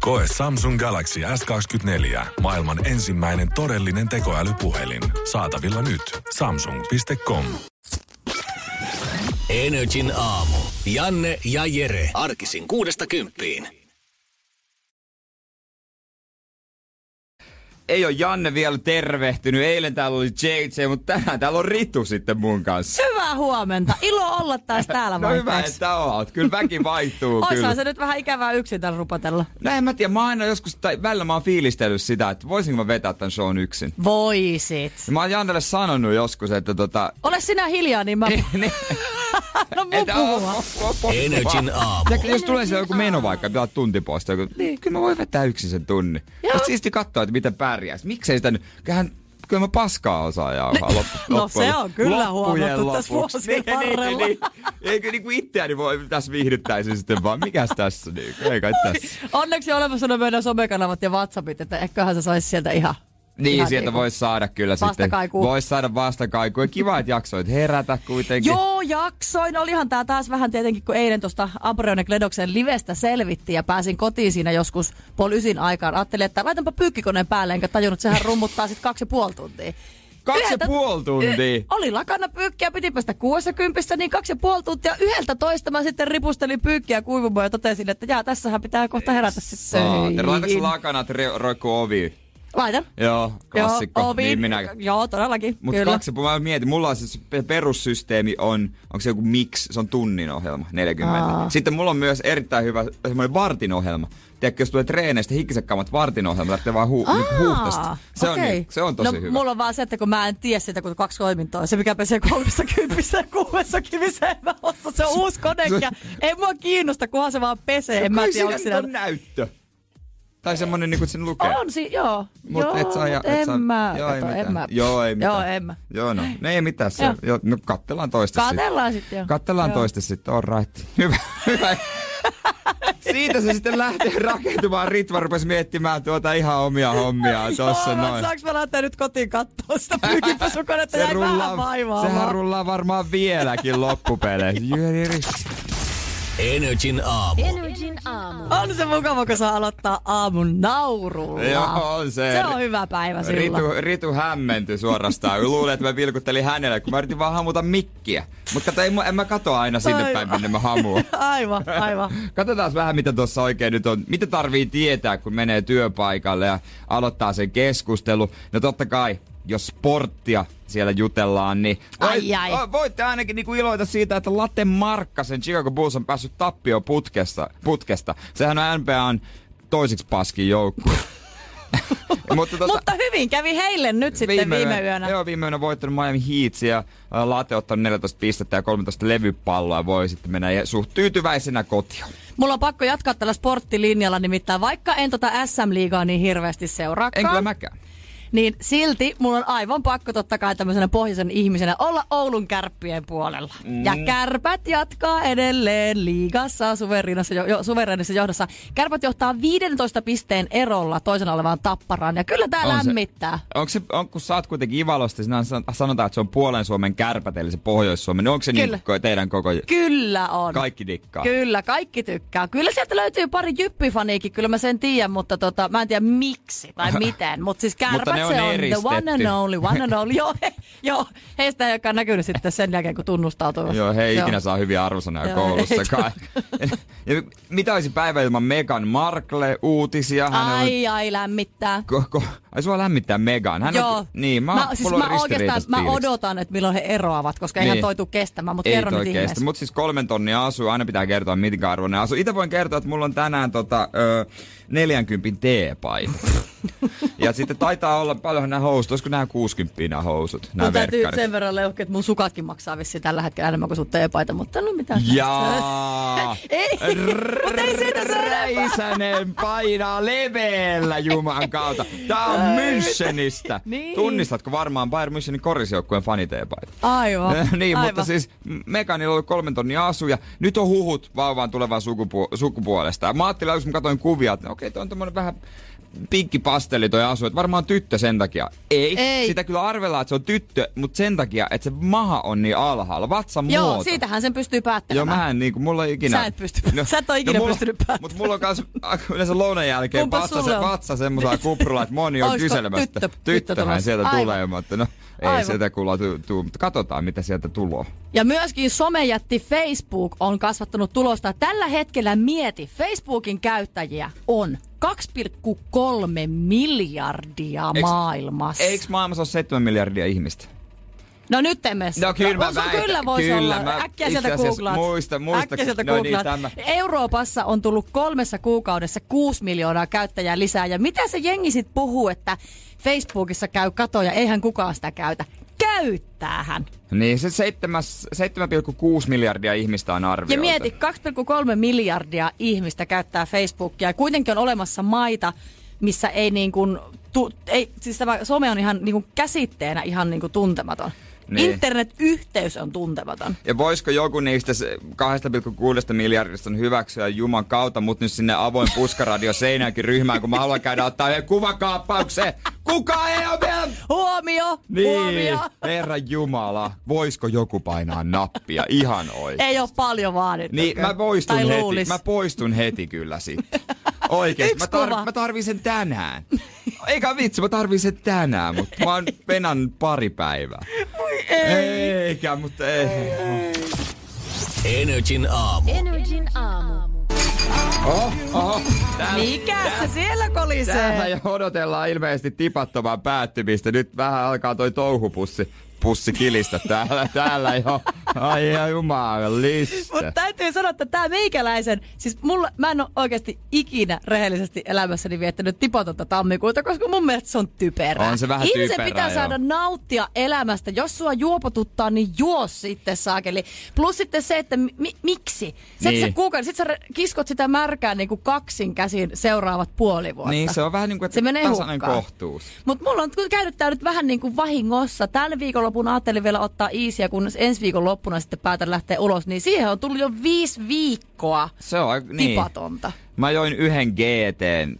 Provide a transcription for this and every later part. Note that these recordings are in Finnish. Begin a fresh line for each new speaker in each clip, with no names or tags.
Koe Samsung Galaxy S24. Maailman ensimmäinen todellinen tekoälypuhelin. Saatavilla nyt. Samsung.com.
Energin aamu. Janne ja Jere. Arkisin kuudesta kymppiin.
Ei ole Janne vielä tervehtynyt. Eilen täällä oli JJ, mutta tänään täällä on Ritu sitten mun kanssa.
Hyvää huomenta. Ilo olla taas täällä
No hyvä,
vaihteeksi.
että oot. Kyllä väki vaihtuu. kyllä.
Oishan se nyt vähän ikävää yksin täällä rupatella.
No en mä tiedä, mä aina joskus, tai välillä mä oon fiilistellyt sitä, että voisinko mä vetää tämän shown yksin.
Voisit.
Ja Mä oon Jannelle sanonut joskus, että tota...
Ole sinä hiljaa, niin mä... no mun
että-
puhua.
Energin aamu.
Ja jos tulee siellä joku meno vaikka, pitää tuntiposta, joku, niin kyllä mä voin vetää yksin sen tunni.
Joo.
Mutta siisti katsoa, että miten pärjäs. Miksei sitä nyt, kyllähän kyllä mä paskaa osaan jauhaa loppu,
no
loppujen-
se on kyllä
loppujen
huomattu tässä
lopuksi.
vuosien
niin,
varrella.
niin, niin. Eikö niinku itseäni voi tässä viihdyttäisi sitten vaan, mikäs tässä niinku, ei kai tässä.
Onneksi on olemassa ne meidän somekanavat ja WhatsAppit, että ehköhän se saisi sieltä ihan...
Niin,
ihan
sieltä
niinku-
voisi saada kyllä sitten.
Vastakaikua.
Voisi saada vastakaikua. Kiva, että jaksoit herätä kuitenkin.
Joo, jaksoin. Olihan tää taas vähän tietenkin, kun eilen tuosta Abreon ja Kledoksen livestä selvittiin ja pääsin kotiin siinä joskus puoli ysin aikaan. Ajattelin, että laitanpa pyykkikoneen päälle, enkä tajunnut, sehän rummuttaa sitten kaksi ja puoli tuntia.
Kaksi ja
Yhdeltä-
puoli tuntia.
Y- oli lakana pyykkiä, piti päästä 60, niin kaksi ja puoli tuntia yhdeltä toista mä sitten ripustelin pyykkiä kuivumaan ja totesin, että jaa, tässähän pitää kohta herätä sitten
Saateri. Laitatko
töihin.
lakanat re- roikkuu ovi?
Laitan.
Joo, klassikko.
Joo, ovi.
Niin minäkin.
Joo, todellakin.
Mutta
kyllä.
kaksi, mä mietin, mulla on siis pe- perussysteemi on, onko se joku mix, se on tunnin ohjelma, 40.
Aa.
Sitten mulla on myös erittäin hyvä semmoinen vartin ohjelma. Tiedätkö, jos tulee treeneistä hikkiset kammat vartin ohjelma, lähtee vaan hu- niinku huuhtasta. Se, on,
okei.
niin- se on tosi
no,
hyvä.
Mulla on vaan se, että kun mä en tiedä sitä, kun kaksi toimintoa. Se, mikä pesee kolmessa kympissä ja kuudessa kivissä, en mä osta. Se on uusi kone ja ei mua kiinnosta, kunhan se vaan pesee. En mä
Kai
tiedä,
No siinä
onko
nyt
siinä...
on näyttö. Tai semmonen niinku, että sen lukee.
On si, joo.
Mut
joo,
et saa, ja-
mut
et
en
saa,
mä.
joo, ei
kato, en
mitään.
mä.
Joo, ei mitään.
Joo, en mä.
Joo, no, ne ei mitään. Se,
Joo.
joo. no kattellaan toista
Kattellaan
sit.
sit, joo.
Kattellaan
Joo.
toista sitten, all right. Hyvä, hyvä. Siitä se sitten lähtee rakentumaan. Ritva rupesi miettimään tuota ihan omia hommiaan tossa
Joo, mä-
noin.
Saanko mä laittaa nyt kotiin katsoa sitä pyykinpesukonetta?
Se
Jäi vähän
rullaa,
vaivaa.
sehän rullaa varmaan vieläkin loppupeleissä. Jyri,
Energin aamu.
On se mukava, kun saa aloittaa aamun naurulla.
Joo, on se.
Se on hyvä päivä
Ritu,
silloin.
Ritu hämmentyi suorastaan. Luulen, että mä vilkuttelin hänelle, kun mä yritin vaan hamuta mikkiä. Mutta kato, ei mu- en mä katoa aina sinne päin, minne mä hamuun.
Aivan, aivan.
Tuota- Katsotaan vähän, mitä tuossa oikein nyt on. Mitä tarvii tietää, kun menee työpaikalle ja aloittaa sen keskustelu. No totta kai, jos sporttia siellä jutellaan, niin
Ai,
voi-
ai.
o- voitte ainakin niinku iloita siitä, että Latte Markkasen Chicago Bulls on päässyt tappio putkesta. putkesta. Sehän on NBAn toiseksi paskin joukkue. Mutta tota-
Mutta hyvin kävi heille nyt sitten viime, yönä.
Joo, viime yönä voittanut Miami Heats ja äh, Latte ottanut 14 pistettä ja 13 levypalloa ja voi sitten mennä ja suht tyytyväisenä kotiin.
Mulla on pakko jatkaa tällä sporttilinjalla, nimittäin vaikka en tota SM-liigaa niin hirveästi
En kyllä
seuraakaan,
mäkään.
niin silti mulla on aivan pakko totta kai tämmöisenä pohjoisen ihmisenä olla Oulun kärppien puolella. Mm. Ja kärpät jatkaa edelleen liigassa suverenissa, jo, jo, suverenissa johdossa. Kärpät johtaa 15 pisteen erolla toisena olevaan tapparaan ja kyllä tää
On se.
lämmittää.
Onko se, on, kun sä oot kuitenkin Ivalosta, niin sinä san- sanotaan, että se on puolen Suomen kärpät, eli se Pohjois-Suomen. Niin onko se
Kyllä.
niin, ko- teidän koko...
Kyllä on.
Kaikki dikkaa.
Kyllä, kaikki tykkää. Kyllä sieltä löytyy pari jyppifaniikin, kyllä mä sen tiedän, mutta tota, mä en tiedä miksi tai miten. Mutta siis
Mutta
kärpät
ne
se
on
on
eristetty.
the one and only, one and only. joo, he, joo, heistä ei olekaan näkynyt sitten sen jälkeen, kun tunnustautuivat.
Joo, hei, ikinä saa hyviä arvosanoja
Joo,
koulussakaan. ja mitä olisi päivä ilman Megan Markle uutisia? Hän on
Ai, ai, lämmittää.
Koko, ai sua lämmittää Megan. Hän
Joo.
on, niin, mä,
mä, siis
mulla on
mä oikeastaan
ristiriitaiset
mä
fiilikset.
odotan, että milloin he eroavat, koska
Niin.
eihän toi tuu kestämään, mutta
Ei
kerro nyt
toi kestä.
ihmeessä.
Mut siis kolmen tonnia asu, aina pitää kertoa mitkä arvoinen asu. Itse voin kertoa, että mulla on tänään tota, ö, 40 T-paita. Ja sitten taitaa olla paljon nämä housut, olisiko nämä 60 nämä housut, nämä
Mun täytyy
verkkarit.
sen verran leuhkia, että mun sukatkin maksaa vissiin tällä hetkellä enemmän kuin sun teepaita, mutta no mitä.
Jaa!
Ei, mutta ei siitä se enempää.
Räisänen painaa leveellä Juman kautta. Tää on Münchenistä.
Niin.
Tunnistatko varmaan Bayern Münchenin korisjoukkueen faniteepaita?
Aivan.
niin,
aivan.
mutta siis M- Mekanilla oli kolmen tonnin asu ja nyt on huhut vauvaan tulevaa sukupu- sukupuolesta. Ja mä ajattelin, kun mä katsoin kuvia, että no okei, toi on tommonen vähän pinkki pasteli toi asu, että varmaan tyttö sen takia. Ei.
Ei.
Sitä kyllä arvellaan, että se on tyttö, mutta sen takia, että se maha on niin alhaalla, vatsan
Joo,
muoto.
siitähän sen pystyy
Joo,
päättelemään.
mä en niinku, mulla ei ikinä... No,
Sä et pysty- sä et oo ikinä
mulla,
pystynyt päättämään.
Mut mulla on kans äh, yleensä lounan jälkeen
Kumpas
vatsa,
sulle
se,
on?
vatsa semmoisella kuprulla, että moni on
Oisko
kyselemässä. että
tyttö- tyttö
Tyttöhän
tulossa?
sieltä
Aivan.
tulee, mutta no ei
Aivan.
sieltä kuulla tuu, tuu, mutta katsotaan mitä sieltä tuloa.
Ja myöskin somejätti Facebook on kasvattanut tulosta. Tällä hetkellä mieti, Facebookin käyttäjiä on 2,3 miljardia
Eiks-
maailmassa.
Eiks maailmassa ole 7 miljardia ihmistä?
No nyt emme
No kyllä mä
sun
väitän.
kyllä voisi
Kyllä
olla.
mä
Äkkiä
itse
sieltä
asiassa
googlaat.
muista- muista-
Äkkiä sieltä
no niin,
googlaat.
tämä.
Euroopassa on tullut kolmessa kuukaudessa 6 miljoonaa käyttäjää lisää. Ja mitä se jengi sit puhuu, että Facebookissa käy katoja, eihän kukaan sitä käytä. Käyttäähän.
Niin se seitsemäs- 7,6 miljardia ihmistä on arvioitu.
Ja mieti, 2,3 miljardia ihmistä käyttää Facebookia. Ja Kuitenkin on olemassa maita, missä ei niin kuin, tu, ei, siis tämä some on ihan niin kuin käsitteenä ihan niin kuin tuntematon.
Niin.
Niin. Internetyhteys on tuntematon.
Ja voisiko joku niistä se 2,6 miljardista hyväksyä Juman kautta mut nyt sinne avoin puskaradio seinäänkin ryhmään, kun mä haluan käydä ottaa yhden kuvakaappaukseen. Kuka ei ole vielä...
Huomio!
Niin,
Huomio!
herra Jumala, voisko joku painaa nappia ihan oikein?
Ei ole paljon vaadittu.
Niin, mä poistun
tai
heti.
luulis.
Mä poistun heti kyllä sitten. Oikeesti, mä,
Yksi
tar-
kuva.
mä tarvin sen tänään. Eikä vitsi, mä tarvin sen tänään, mutta mä oon penan pari päivää. ei. Eikä, mutta ei.
Energin aamu.
Energin aamu.
Mikä se siellä kolisee?
Täällä jo odotellaan ilmeisesti tipattoman päättymistä. Nyt vähän alkaa toi touhupussi pussi kilistä täällä, täällä jo. Ai ja
Mutta
jumalista.
täytyy sanoa, että tämä meikäläisen, siis mulla, mä en ole oikeasti ikinä rehellisesti elämässäni viettänyt tipotonta tammikuuta, koska mun mielestä se on typerää.
On se vähän
Ihmisen
typerää,
pitää
joo.
saada nauttia elämästä. Jos sua juopotuttaa, niin juo sitten saakeli. Plus sitten se, että mi- miksi? Sä,
Niin.
niin. sä kuukauden, sit sä re- kiskot sitä märkää niin kuin kaksin käsin seuraavat puoli vuotta.
Niin se on vähän niin kuin, että
Se menee
tasainen
hukkaan.
kohtuus.
Mutta mulla on käynyt tää nyt vähän niin kuin vahingossa. Tän viikonlopun ajattelin vielä ottaa iisiä, kun ensi viikon loppuna sitten päätän lähteä ulos. Niin siihen on tullut jo viisi viikkoa
Se on aika- niin.
tipatonta.
Mä join yhden GT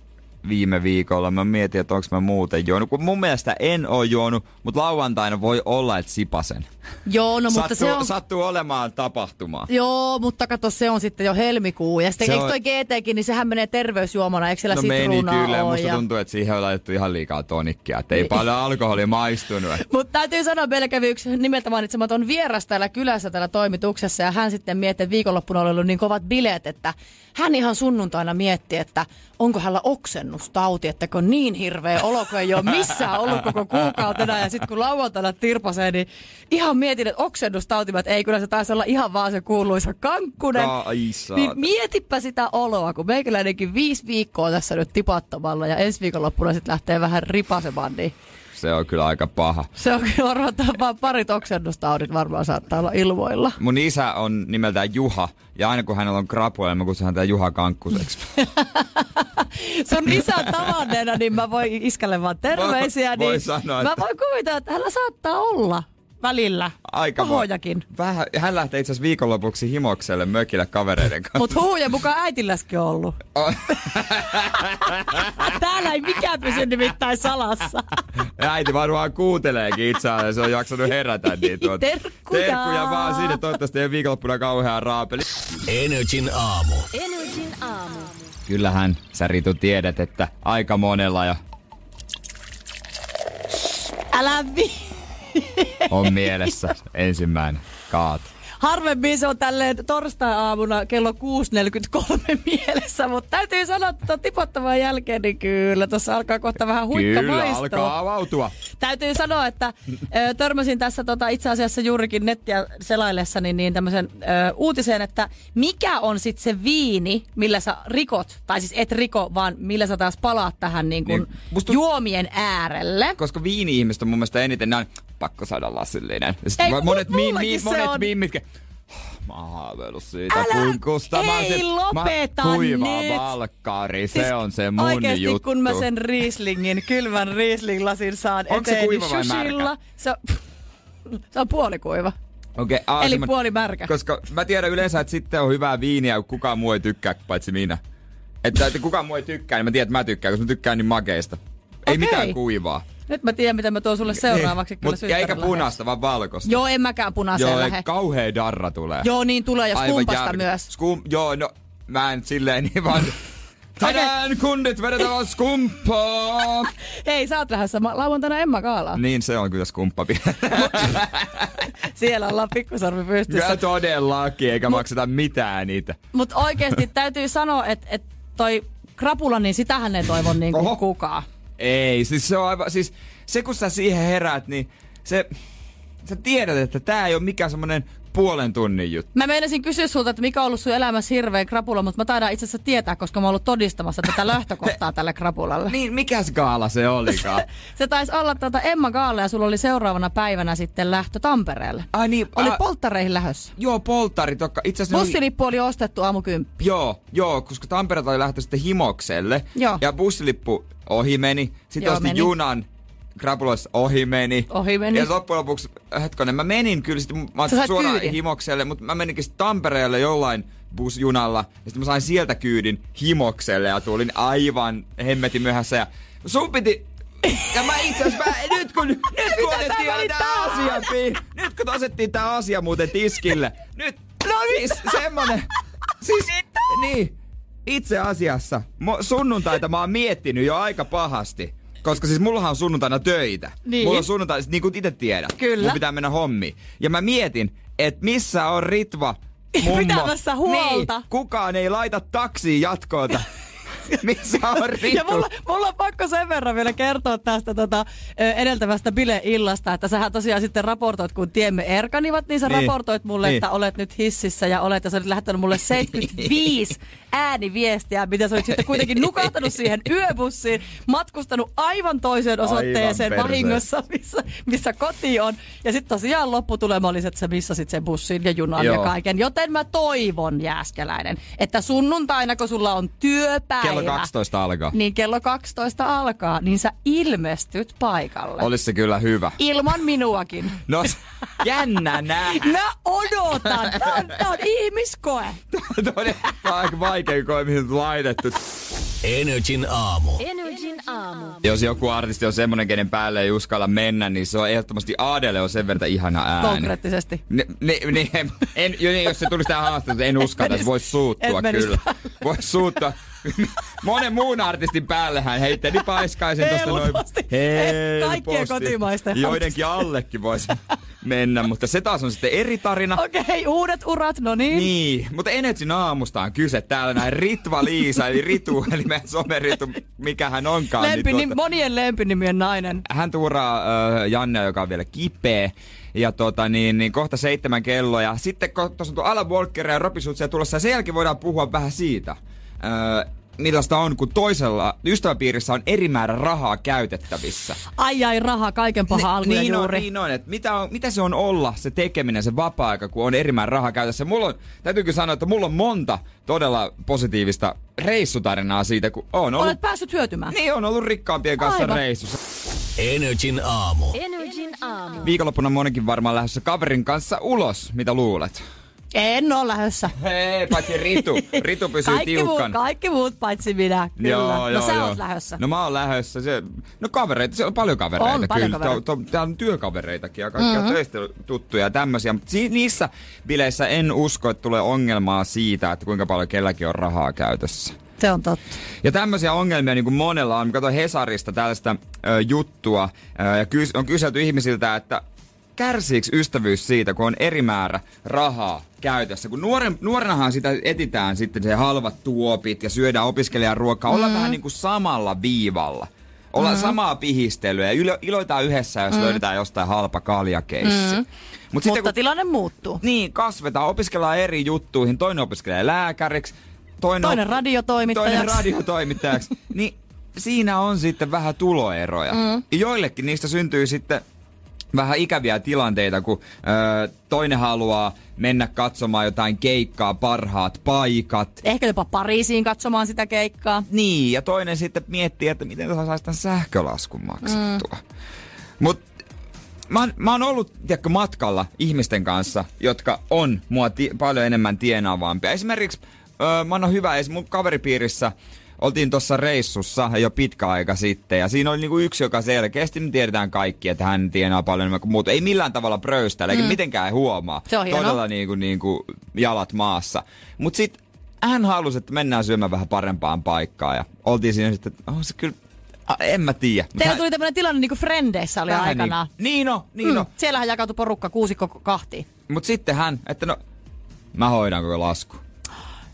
viime viikolla. Mä mietin, että onko mä muuten juonut. Kun mun mielestä en oo juonut, mutta lauantaina voi olla, että sipasen.
Joo, no mutta
sattuu,
se on...
sattuu olemaan tapahtumaa.
Joo, mutta kato, se on sitten jo helmikuu. Ja sitten
Se
eikö
on-
toi GTkin, niin sehän menee terveysjuomana, eikö siellä
No meni
sitruunaa
kyllä, ja
ole?
musta
Ja... Niin.
tuntuu, että siihen on laitettu ihan liikaa tonikkia, että ei paljon alkoholia maistunut.
Mutta täytyy sanoa, meillä kävi yksi nimeltä mainitsematon vieras täällä kylässä täällä toimituksessa ja hän sitten mietti, että viikonloppuna oli ollut niin kovat bileet, että hän ihan sunnuntaina mietti, että onko hänellä oksennustauti, että kun on niin hirveä olo, kun ei ole missään ollut koko kuukautena ja sitten kun lauantaina tirpasee, niin ihan mietin, että oksennustauti, mä, että ei kyllä se taisi olla ihan vaan se kuuluisa kankkunen.
Ai saatana.
niin mietipä sitä oloa, kun meikäläinenkin viisi viikkoa tässä nyt tipattomalla ja ensi viikonloppuna sitten lähtee vähän ripasemaan, niin
Se on kyllä aika paha.
se on kyllä varmaan tämä vaan parit oksennustaudit varmaan saattaa olla ilmoilla.
Mun isä on nimeltään Juha, ja aina kun hänellä on krapuja, mä kutsun häntä Juha Kankkuseksi.
Sun isän tavanneena, niin mä voin iskälle vaan terveisiä.
Voi- voi
niin
sanoa,
mä
että-
voin kuvitella, että hänellä saattaa olla välillä
Aika va-
pahojakin.
Vähän, hän lähtee itse asiassa viikonlopuksi himokselle mökille kavereiden kanssa.
Mut huuja mukaan äitilläskin on ollut. Täällä ei mikään pysy nimittäin salassa.
Ja äiti varmaan kuunteleekin itseään ja se on jaksanut herätä niin tuota.
Terkkuja.
Terkkuja vaan sinne, toivottavasti ei viikonloppuna kauhean raapeli.
Energin aamu.
Energin aamu.
Kyllähän sä Ritu tiedät, että aika monella ja
Älä vi...
on mielessä ensimmäinen kaat.
Harvemmin se on tälleen torstai-aamuna kello 6.43 mielessä, mutta täytyy sanoa, että tuon tipottavan jälkeen, niin kyllä, tuossa alkaa kohta vähän huikka
Kyllä,
maistoa.
alkaa avautua.
Täytyy sanoa, että ö, törmäsin tässä tota, itse asiassa juurikin nettiä selaillessani niin tämmöisen ö, uutiseen, että mikä on sitten se viini, millä sä rikot, tai siis et riko, vaan millä sä taas palaat tähän niin kun,
Niin, musta tunt-
juomien äärelle.
koska viini-ihmiset on mun mielestä eniten näin, pakko saada lasillinen. Ja sit
Ei,
va-
kun
monet mi-
mullakin
mi-
se
monet
on.
miimitkä. Mä oon haaveillut siitä
Älä-
punkusta. Mä oon
ei
sit-
lopeta
mä, kuiva
nyt.
valkkari, se on se mun
Siis oikeesti,
juttu.
kun mä sen riislingin, kylmän riislinglasin saan
Onko se
eteeni
kuiva vai märkä?
shushilla. Se on, se on puolikuiva.
Okei, aa,
Eli
semmonen-
puoli märkä.
Koska mä tiedän yleensä, että sitten on hyvää viiniä, kun kukaan muu ei tykkää, paitsi minä. Että, että kukaan muu ei tykkää, niin mä tiedän, että mä tykkään, koska mä tykkään niin makeista. Ei
Okei.
mitään kuivaa.
Nyt mä tiedän, mitä mä tuon sulle seuraavaksi. Kyllä
Niin. Mut, ja eikä
synttärillä.
punaista, vaan valkoista.
Joo, en mäkään punaiseen
Joo,
lähde.
kauhea darra tulee.
Joo, niin tulee, jos
Aivan
kumpasta
järky-
myös.
Skum, joo, no mä en silleen niin vaan... Tänään kundit vedetään skumppaa!
Hei, sä oot lähdössä ma- lauantaina Emma Kaalaan.
niin se on kyllä skumppa vielä. Niin.
Siellä ollaan pikkusarvi pystyssä.
Kyllä todellakin, eikä makseta mitään niitä.
Mutta oikeasti täytyy sanoa, että et toi krapula, niin sitähän ei toivon niinku
Oho.
kukaan.
Ei, siis se on aivan, siis se kun sä siihen heräät, niin se, sä tiedät, että tää ei ole mikään semmonen puolen tunnin juttu.
Mä meinasin kysyä sulta, että mikä on ollut sun elämässä hirveä krapula, mutta mä taidan itse asiassa tietää, koska mä oon ollut todistamassa tätä lähtökohtaa tälle krapulalle.
Niin, mikä skaala se olikaan?
Se taisi olla tuota Emma Gaalla ja sulla oli seuraavana päivänä sitten lähtö Tampereelle.
Ai niin,
Oli
a-
polttareihin lähössä.
Joo, polttarit, jotka itse asiassa... ne oli-
Bussilippu oli ostettu aamukymppi.
Joo, joo, koska Tampereelta oli lähtenyt sitten Himokselle.
Joo.
Ja bussilippu ohi meni. Sitten
Joo,
osti
meni.
junan. Krapuloissa ohi meni.
Ohi meni.
Ja loppujen lopuksi, hetkinen, mä menin kyllä sitten, mä
Sä sait
suoraan
kyydin.
Himokselle, mutta mä meninkin sitten Tampereelle jollain busjunalla. Ja sitten mä sain sieltä kyydin Himokselle ja tulin aivan hemmetin myöhässä. Ja sun piti ja mä itse asiassa, mä- nyt kun, nyt kun otettiin
menit
tämä asia, pi- nyt kun asettiin tämä asia muuten tiskille, nyt, no siis semmonen, siis, niin, itse asiassa, mo- sunnuntaita mä oon miettinyt jo aika pahasti. Koska siis mullahan on sunnuntaina töitä.
Niin.
Mulla on sunnuntaina, niin kuin itse tiedät.
Kyllä.
Mun pitää mennä hommiin. Ja mä mietin, että missä on Ritva mummo.
Pitämässä huolta.
Niin, kukaan ei laita taksiin jatkoilta. missä on Ritva?
Ja mulla, mulla on pakko sen verran vielä kertoa tästä tota, ö, edeltävästä bileillasta, että sähän tosiaan sitten raportoit, kun tiemme erkanivat, niin sä
Niin.
raportoit mulle,
Niin.
että olet nyt hississä ja olet, ja sä olit lähettänyt mulle 75 ääniviestiä, mitä sä olit sitten kuitenkin nukahtanut siihen yöbussiin, matkustanut aivan toiseen osoitteeseen
Aivan perseen.
vahingossa, missä, missä koti on. Ja sitten tosiaan lopputulema oli, se, että sä missasit sen bussin ja junan ja
Joo.
kaiken. Joten mä toivon, Jääskeläinen, että sunnuntaina, kun sulla on työpäivä,
Kello 12 alkaa.
niin kello 12 alkaa, niin sä ilmestyt paikalle.
Olisi se kyllä hyvä.
Ilman minuakin.
No, s- jännä nähdä.
Mä odotan. Tää on, tää on ihmiskoe.
Todella aika vaikea koe, mihin on laitettu.
Energin aamu.
Energin aamu.
Jos joku artisti on semmonen, kenen päälle ei uskalla mennä, niin se on ehdottomasti Adele on sen verran ihana ääni.
Konkreettisesti.
Ne, ne, ne, en, jo- niin, jos se tulisi tähän haastatteluun, en uskalla, että voisi suuttua
et menisi
kyllä. Voisi suuttua. Monen muun artistin päälle hän heitteli paiskaisen tuosta noin.
Helposti. Kaikkien kotimaisten
Joidenkin allekin voisi mennä, mutta se taas on sitten eri tarina.
Okei, okay, uudet urat, no niin.
Niin, mutta Energin aamusta on kyse täällä näin Ritva Liisa, eli Ritu, eli meidän someritu, mikä hän onkaan.
Lempi,
niin
niin, monien lempinimien nainen.
hän tuuraa äh, Janne, joka on vielä kipeä. Ja tota niin, niin kohta seitsemän kelloa. Ja sitten kun tuossa on tuo Alan Walker ja Robin Schulzia tulossa, ja sen jälkeen voidaan puhua vähän siitä. Äh, millaista on, kun toisella ystäväpiirissä on eri määrä rahaa käytettävissä.
Ai ai raha, kaiken paha alku ja
niin on,
juuri.
niin on. Et mitä, on, mitä se on olla, se tekeminen, se vapaa-aika, kun on eri määrä rahaa käytössä. Mulla on, täytyykö sanoa, että mulla on monta todella positiivista reissutarinaa siitä, kun on ollut,
Olet päässyt hyötymään.
niin, on ollut rikkaampien kanssa
Aivan.
reissussa.
Energin aamu.
Energin aamu.
Viikonloppuna monikin varmaan lähdössä kaverin kanssa ulos, mitä luulet?
En ole lähdössä.
Hei, paitsi Ritu. Ritu pysyy
kaikki, muut,
tiukkan.
kaikki muut paitsi minä, kyllä. no sä oot lähdössä.
No mä oon lähdössä. Se, no kavereita, siellä on paljon kavereita.
On paljon
kyllä.
kavereita.
Tää on- Tää on työkavereitakin ja kaikkia mm-hmm. töistä tuttuja ja tämmöisiä. Mutta si- niissä bileissä en usko, että tulee ongelmaa siitä, että kuinka paljon kelläkin on rahaa käytössä.
Se on totta.
Ja tämmöisiä ongelmia niin kuin monella on. Mä katsoin Hesarista tällaista ö, juttua ö, ja kys- on kyselty ihmisiltä, että kärsiikö ystävyys siitä, kun on eri määrä rahaa käytössä? Kun nuoren, nuorenahan sitä etitään sitten se halvat tuopit ja syödään opiskelijan ruokaa. Ollaan vähän niin kuin samalla viivalla. Ollaan samaa pihistelyä ja ilo, iloitaan yhdessä, jos löydetään jostain halpa kaljakeissi. Mm. Mut
Mutta tilanne muuttuu.
Niin, kasvetaan, opiskellaan eri juttuihin. Toinen opiskelee lääkäriksi, toinen,
Toinen radiotoimittajaksi.
Toinen radiotoimittajaksi. niin siinä on sitten vähän tuloeroja. Mm. Joillekin niistä syntyy sitten vähän ikäviä tilanteita, kun ö, toinen haluaa mennä katsomaan jotain keikkaa, parhaat paikat.
Ehkä jopa Pariisiin katsomaan sitä keikkaa.
Niin, ja toinen sitten miettii, että miten tuohon saisi tämän sähkölaskun maksettua. Mm. Mut mä, oon- mä oon ollut tiedätkö, matkalla ihmisten kanssa, jotka on mua ti- paljon enemmän tienaavampia. Esimerkiksi öö, mä annan hyvä, esim. mun kaveripiirissä oltiin tuossa reissussa jo pitkä aika sitten, ja siinä oli niinku yksi, joka selkeästi me tiedetään kaikki, että hän tienaa paljon enemmän kuin muut. Ei millään tavalla pröystäile, eikä mitenkään huomaa.
Mm. Se on hienoa.
Todella niinku, niinku jalat maassa. Mut sit hän halusi, että mennään syömään vähän parempaan paikkaan, ja oltiin siinä sitten, että on se kyllä, a, en mä tiedä. Mut
Teillä
hän-
tuli tämmöinen tilanne niin kuin Frendeissä oli
vähän
aikanaan.
Niin, niin no, niin mm. no.
Siellähän jakautui porukka kuusikko kahtiin.
Mut sitten hän, että no, mä hoidan koko lasku.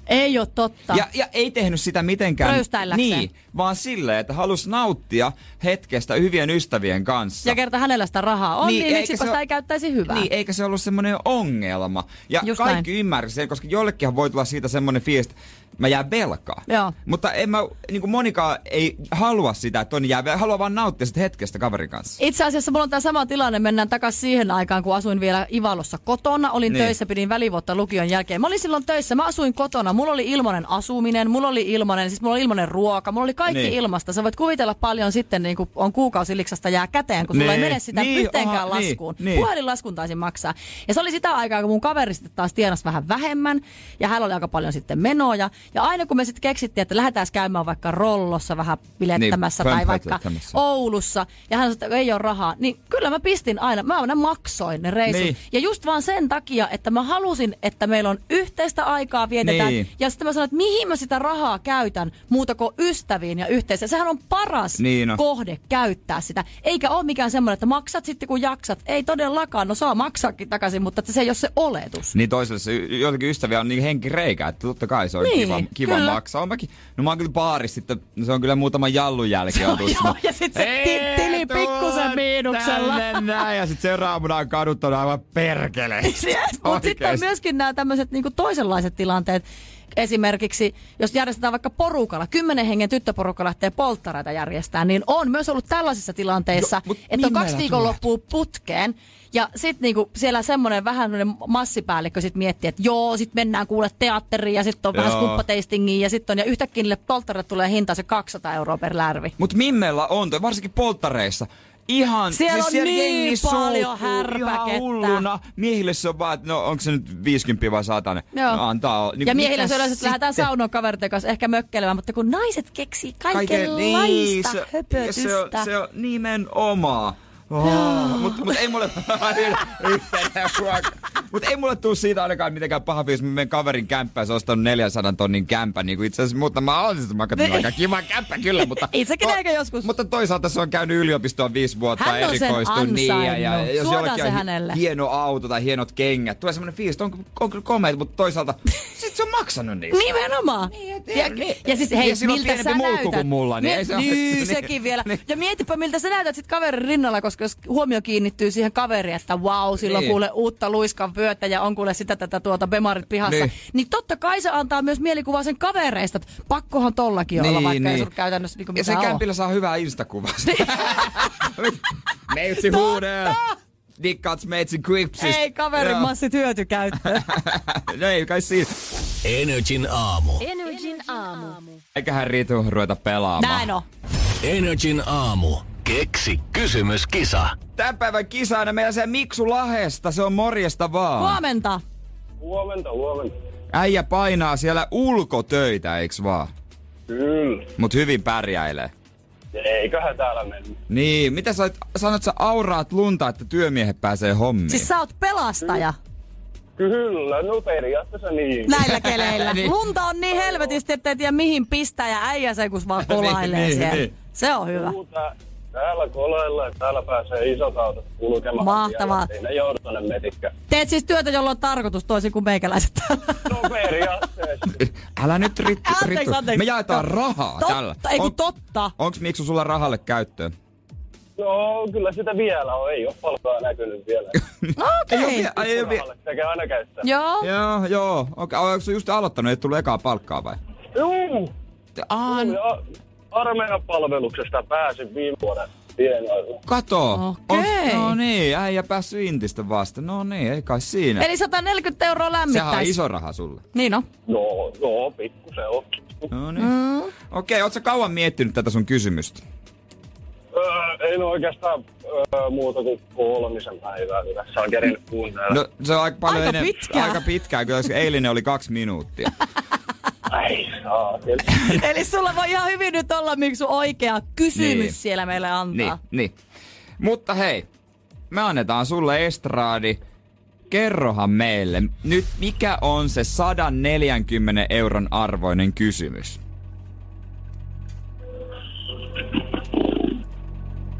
Ei ole totta.
Ja, ja ei tehnyt sitä mitenkään.
Pröystäilläkseen.
Niin, vaan silleen, että halus nauttia hetkestä hyvien ystävien kanssa.
Ja kerta hänellä sitä rahaa on, niin, niin
eikä
miksipä
se
sitä
ole-
ei käyttäisi hyvää.
Niin, eikä se ollut semmoinen ongelma. Ja
Just
Just kaikki
näin.
ymmärsi sen, koska jollekinhan voi tulla siitä semmoinen fiilis, että mä jään velkaa.
Joo.
Mutta en mä, niin kuin monikaan ei halua sitä, että on jää velkaa. Haluaa vaan nauttia sitä hetkestä kaverin kanssa.
Itse asiassa mulla on tämä sama tilanne, mennään takaisin siihen aikaan, kun asuin vielä Ivalossa kotona. Olin
Niin.
niin. töissä, pidin välivuotta lukion jälkeen. Mä olin silloin töissä, mä asuin kotona. Mulla oli ilmanen asuminen, mulla oli ilmanen, siis mulla oli ilmanen ruoka, mulla oli kaikki
Niin.
niin. ilmasta. Sä voit kuvitella paljon sitten, niin kun on kuukausiliksasta jää käteen, kun sulla
Niin.
ei mene sitä
Niin,
niin, yhteenkään
oha, niin,
laskuun.
niin.
Niin, puhelinlaskun taisin maksaa. Ja se oli sitä aikaa, kun mun kaveri sitten taas tienasi vähän vähemmän ja hänellä oli aika paljon sitten menoja. Ja aina kun me sitten keksittiin, että lähdetään käymään vaikka rollossa vähän
Niin,
bilettämässä tai vaikka
pöntöttämässä.
Oulussa ja hän sanoi, että ei ole rahaa, niin kyllä mä pistin aina, mä aina maksoin ne reissut.
Niin.
Niin. Ja just vaan sen takia, että mä halusin, että meillä on yhteistä aikaa vietetään.
Niin.
Niin. Ja sitten mä sanoin, että mihin mä sitä rahaa käytän muuta kuin ystäviin ja yhteiseen. Sehän on paras
Niin on.
kohde käyttää sitä. Eikä ole mikään semmoinen, että maksat sitten kun jaksat. Ei todellakaan, no saa maksaakin takaisin, mutta että se ei ole se oletus.
Niin toiselle se, joitakin ystäviä on niin henkireikä, että totta kai se on
Niin,
kiva, kiva
kyllä.
maksaa. On mäkin, no mä oon kyllä baarissa sitten, no se on kyllä muutama jallun jälkeen.
Joo,
on tullut
joo,
semmoinen,
ja sit se
"Hei,
titteli
tulla
pikkusen miinuksella."
tänne näin, ja sitten seuraavana on kadut on aivan perkele.
Siis Mutta sitten on
Oikeesti.
myöskin nämä tämmöiset niinku toisenlaiset tilanteet. Esimerkiksi, jos järjestetään vaikka porukalla, kymmenen hengen tyttöporukka lähtee polttareita järjestään, niin on myös ollut tällaisissa tilanteissa,
Joo, mut
että on
minne
kaksi
nää
viikonloppua putkeen, ja sitten niinku siellä semmoinen vähän semmonen massipäällikkö sit miettii, että joo, sitten mennään kuule teatteriin, ja sitten on vähän
Joo.
skuppateistingiä, ja sitten on, ja yhtäkkiä niille polttareille tulee hinta se 200 euroa per lärvi.
Mut Mimmellä on toi, varsinkin polttareissa. Ihan,
Siellä
siis
on
siellä
niin
jengi
paljon
suuttuu
härpäkettä.
Ihan hulluna. Miehille se on vaan, että no onko se nyt 50 vai 100. No,
Joo.
antaa olla. Niin
ja
kuin
miehillä
mitä
se yleensä, että lähdetään
sitten?
saunoon kavereiden kanssa ehkä mökkelemään, mutta kun naiset keksii
Kaiken- Niin,
kaikenlaista höpötystä.
se, on, se on nimenomaan. Oh, mutta mut ei mulle yhtenä ruoka. Mut ei mulle tuu siitä ainakaan mitenkään paha fiilis, mä menen kaverin kämppään, se on ostanut 400 tonnin kämppä, niin kuin itse asiassa muutama on siis mä
Niin.
katson, aika kiva kämppä kyllä, mutta...
Itsekin ehkä joskus.
Mutta toisaalta se on käynyt yliopistoon viisi vuotta
Hän on sen
erikoistunut niin, ja, ja
ansainnut.
jos
Suodaan
jollakin
se
on hi-
hänelle.
hieno auto tai hienot kengät, tulee semmoinen fiilis, että on, on kyllä komeet, mutta toisaalta sit se on maksanut niistä.
Nimenomaan.
Niin, ja-
ja,
niin.
ja siis hei,
Ja sillä on
miltä
pienempi
sä
mulkku kuin
näytät?
mulla, niin ei se ole-
niin,
niin.
sekin vielä.
Niin.
Ja mietipä, miltä sä näytät sit kaverin rinnalla, koska jos huomio kiinnittyy siihen kaveriin, että vau, sillä on
Niin.
kuule uutta luiskan vyötä ja on kuule sitä tätä tuota bemarit pihassa.
Niin.
Niin, totta kai se antaa myös mielikuvaa sen kavereista. että Pakkohan tollakin olla, vaikka ei sun käytännössä niinku
Niin, Ja sen
mitään ole.
kämpillä saa hyvää instakuvaa. Meitsi huudee. Dikkaat meitsin gripsistä.
Ei kaverin
Siis- Joo.
massit hyötykäyttöön.
No ei kai siinä.
Energin aamu.
Energin aamu.
Eiköhän Ritu ruveta pelaamaan.
Näin on.
Energin aamu. Keksi kysymys, kisa.
Tämän päivän kisana meillä se Miksu Lahesta. Se on morjesta vaan.
Huomenta.
Huomenta, huomenta.
Äijä painaa siellä ulkotöitä, eiks vaan?
Kyllä.
Mut hyvin pärjäilee.
Eiköhän täällä mennyt.
Niin, mitä sä sanot, sä auraat lunta, että työmiehet pääsee hommiin?
Siis sä oot pelastaja
Kyllä, no periaatteessa niin.
näillä keleillä.
Niin.
Lunta on niin helvetisti, ettei tiedä mihin pistää ja äijä se kun vaan kolailee
Niin,
siellä.
niin.
Se on hyvä.
Puhutaan, Täällä koleilla, täällä pääsee isot autot kulkemaan.
Mahtavaa.
Ja Ei ne joudu tonne metikkä.
Teet siis työtä, jolla on tarkoitus toisin kuin meikäläiset täällä.
No periaatteessa.
Älä nyt rit,
Anteeksi,
ritu.
anteeksi.
Me jaetaan
Totta.
rahaa
Totta,
tällä.
ei kun
On-
totta.
Onks Miksu sulla rahalle käyttöön?
No kyllä sitä vielä on. Ei ole palkaa näkynyt vielä.
Ei
No
oo
okei.
vie- ei oo vie-
Rahalle Sekä aina käyttää.
Joo.
Joo, joo. Okei, okay. onko just aloittanut, et tullut ekaa palkkaa vai?
Juu.
Aan,
Ja Armeijan palveluksesta pääsin viime vuoden tienoilla.
kato.
Okei.
Onks- No niin, äijä päässyt intistä vasta. No niin, ei kai siinä.
Eli 140 euroa
Sehän on
lämmittäis.
iso raha sulle.
Niin on.
No, no, pikku se on.
No niin. Mm. Okei, okay, ootko sä kauan miettinyt tätä sun kysymystä?
Öö, en oikeastaan öö, muuta kuin kolmisen päivää tässä on kerinyt kuunnella.
No se on aika paljon
Aika
enem-
pitkään.
Aika pitkään, kyllä koska eilinen oli kaksi minuuttia.
Ai saakeli.
Niin.
Eli sulla voi ihan hyvin nyt olla miksi oikea kysymys
Niin.
siellä meille
niin,
antaa.
niin. Mutta hei, me annetaan sulle estraadi. Kerrohan meille nyt, mikä on se 140 euron arvoinen kysymys?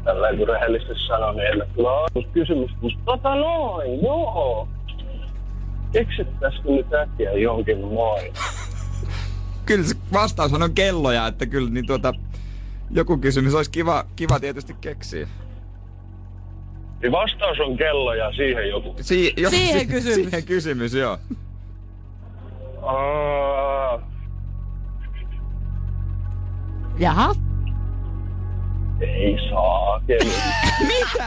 Tällä kun rehellisesti sanon, niin en ole kyllä ollut kysymys, mutta tota noin, joo. Keksittäisikö nyt äkkiä jonkin moi?
Kyllä se vastaushan on kelloja, että kyllä niin tuota, joku kysymys olisi kiva, kiva tietysti keksiä.
Niin vastaus on kello ja siihen joku.
Si- jo,
Siihen
si-
kysymys.
Siihen kysymys, joo.
Aa,
Jaha.
ei saakeli.
Mitä?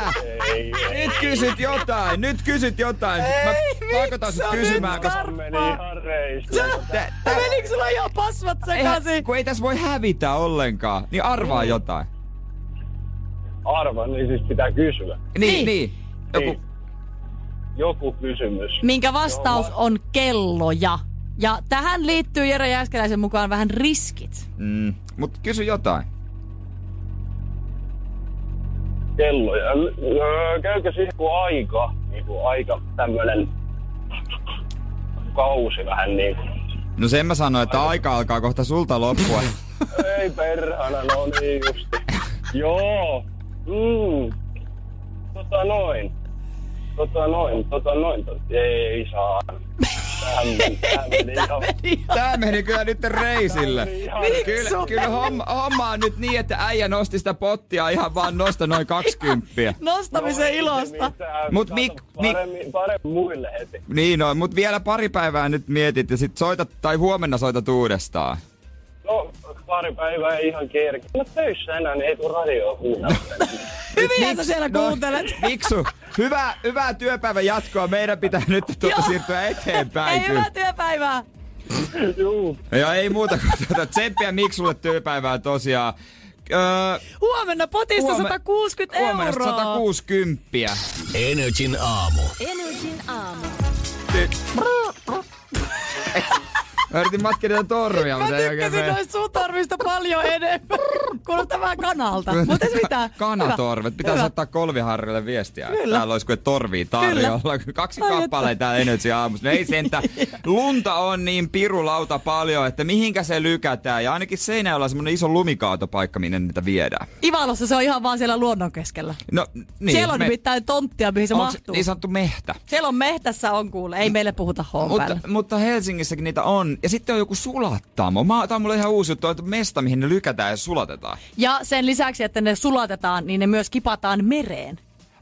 Ei, ei.
Nyt kysyt jotain, nyt kysyt jotain. Mä pakotan sut
miksi on
kysymään,
nyt
koska...
Meni ihan reistä.
Tä- tä-
Menikö sulla ihan pasmat
Eihän,
sekaisin?
kun ei tässä voi hävitä ollenkaan, niin arvaa jotain.
Arvan, niin siis pitää kysyä.
Niin, niin.
Niin.
Joku,
Joku kysymys.
Minkä vastaus on kelloja. Ja tähän liittyy Jere Jääskeläisen mukaan vähän riskit.
mm, mut kysy jotain.
kello. Ja, öö, käykö siis joku aika, niin kuin aika tämmönen kausi vähän niin kuin.
No sen mä sanoin, että aika alkaa kohta sulta loppua.
Ei perhana, no niin just. Joo. Mm. Tota noin. Tota noin, tota noin. Tota. Ei saa. Tähän meni, tähän meni ihan,
Tää meni kyllä nyt reisille.
ihan
Kyllä, kyllä homma, homma on nyt niin, että äijä nosti sitä pottia ihan vaan nosta noin 20.
No
Nostamisen
niin.
ilosta.
Mut
Mut
Mik-
Mik...
Mik-
Paremmin, paremmin muille heti.
Niin on, mut vielä pari päivää nyt mietit ja sit soitat, tai huomenna soitat uudestaan.
No, pari päivää ei ihan kerki. Mä töissä enää, niin ei tuu radioa kuunnella.
Hyviä sä
No,
siellä kuuntelet.
Miksu, hyvää, hyvää työpäivän jatkoa. Meidän pitää nyt tuota
Joo.
siirtyä eteenpäin.
Ei
kyllä.
hyvää työpäivää.
Juu,
Ja ei muuta kuin tuota, tsemppiä Miksulle työpäivää tosiaan. Öö,
Huomenna potista
Huomen-
160
huomenna
euroa.
160.
Energin aamu.
Energin aamu.
Mä yritin matkia torvia,
Mä
mutta ei oikein
tykkäsin
mene.
noista sun torvista paljon enemmän. Kuulostaa vähän kanalta. Mutta mitä?
Kanatorvet. Pitäisi ottaa kolviharjalle viestiä.
Kyllä.
Täällä olisi kuin torvia tarjolla. Kaksi
Ai
kappaletta täällä Energy aamussa. No ei sentä. Lunta on niin pirulauta paljon, että mihinkä se lykätään. Ja ainakin seinällä on semmoinen iso lumikaatopaikka, minne niitä viedään.
Ivalossa se on ihan vaan siellä luonnon keskellä.
No, niin,
Niin, siellä on
me-
me... nimittäin tonttia, mihin se
onks
mahtuu.
Niin sanottu mehtä.
Siellä on mehtässä on kuule, ei meille puhuta homman
Mutta,
päällä.
mutta Helsingissäkin niitä on. Ja sitten on joku sulattamo. Mä, tää on mulle ihan uusi juttu, että mesta, mihin ne lykätään ja sulatetaan.
Ja sen lisäksi, että ne sulatetaan, niin ne myös kipataan mereen.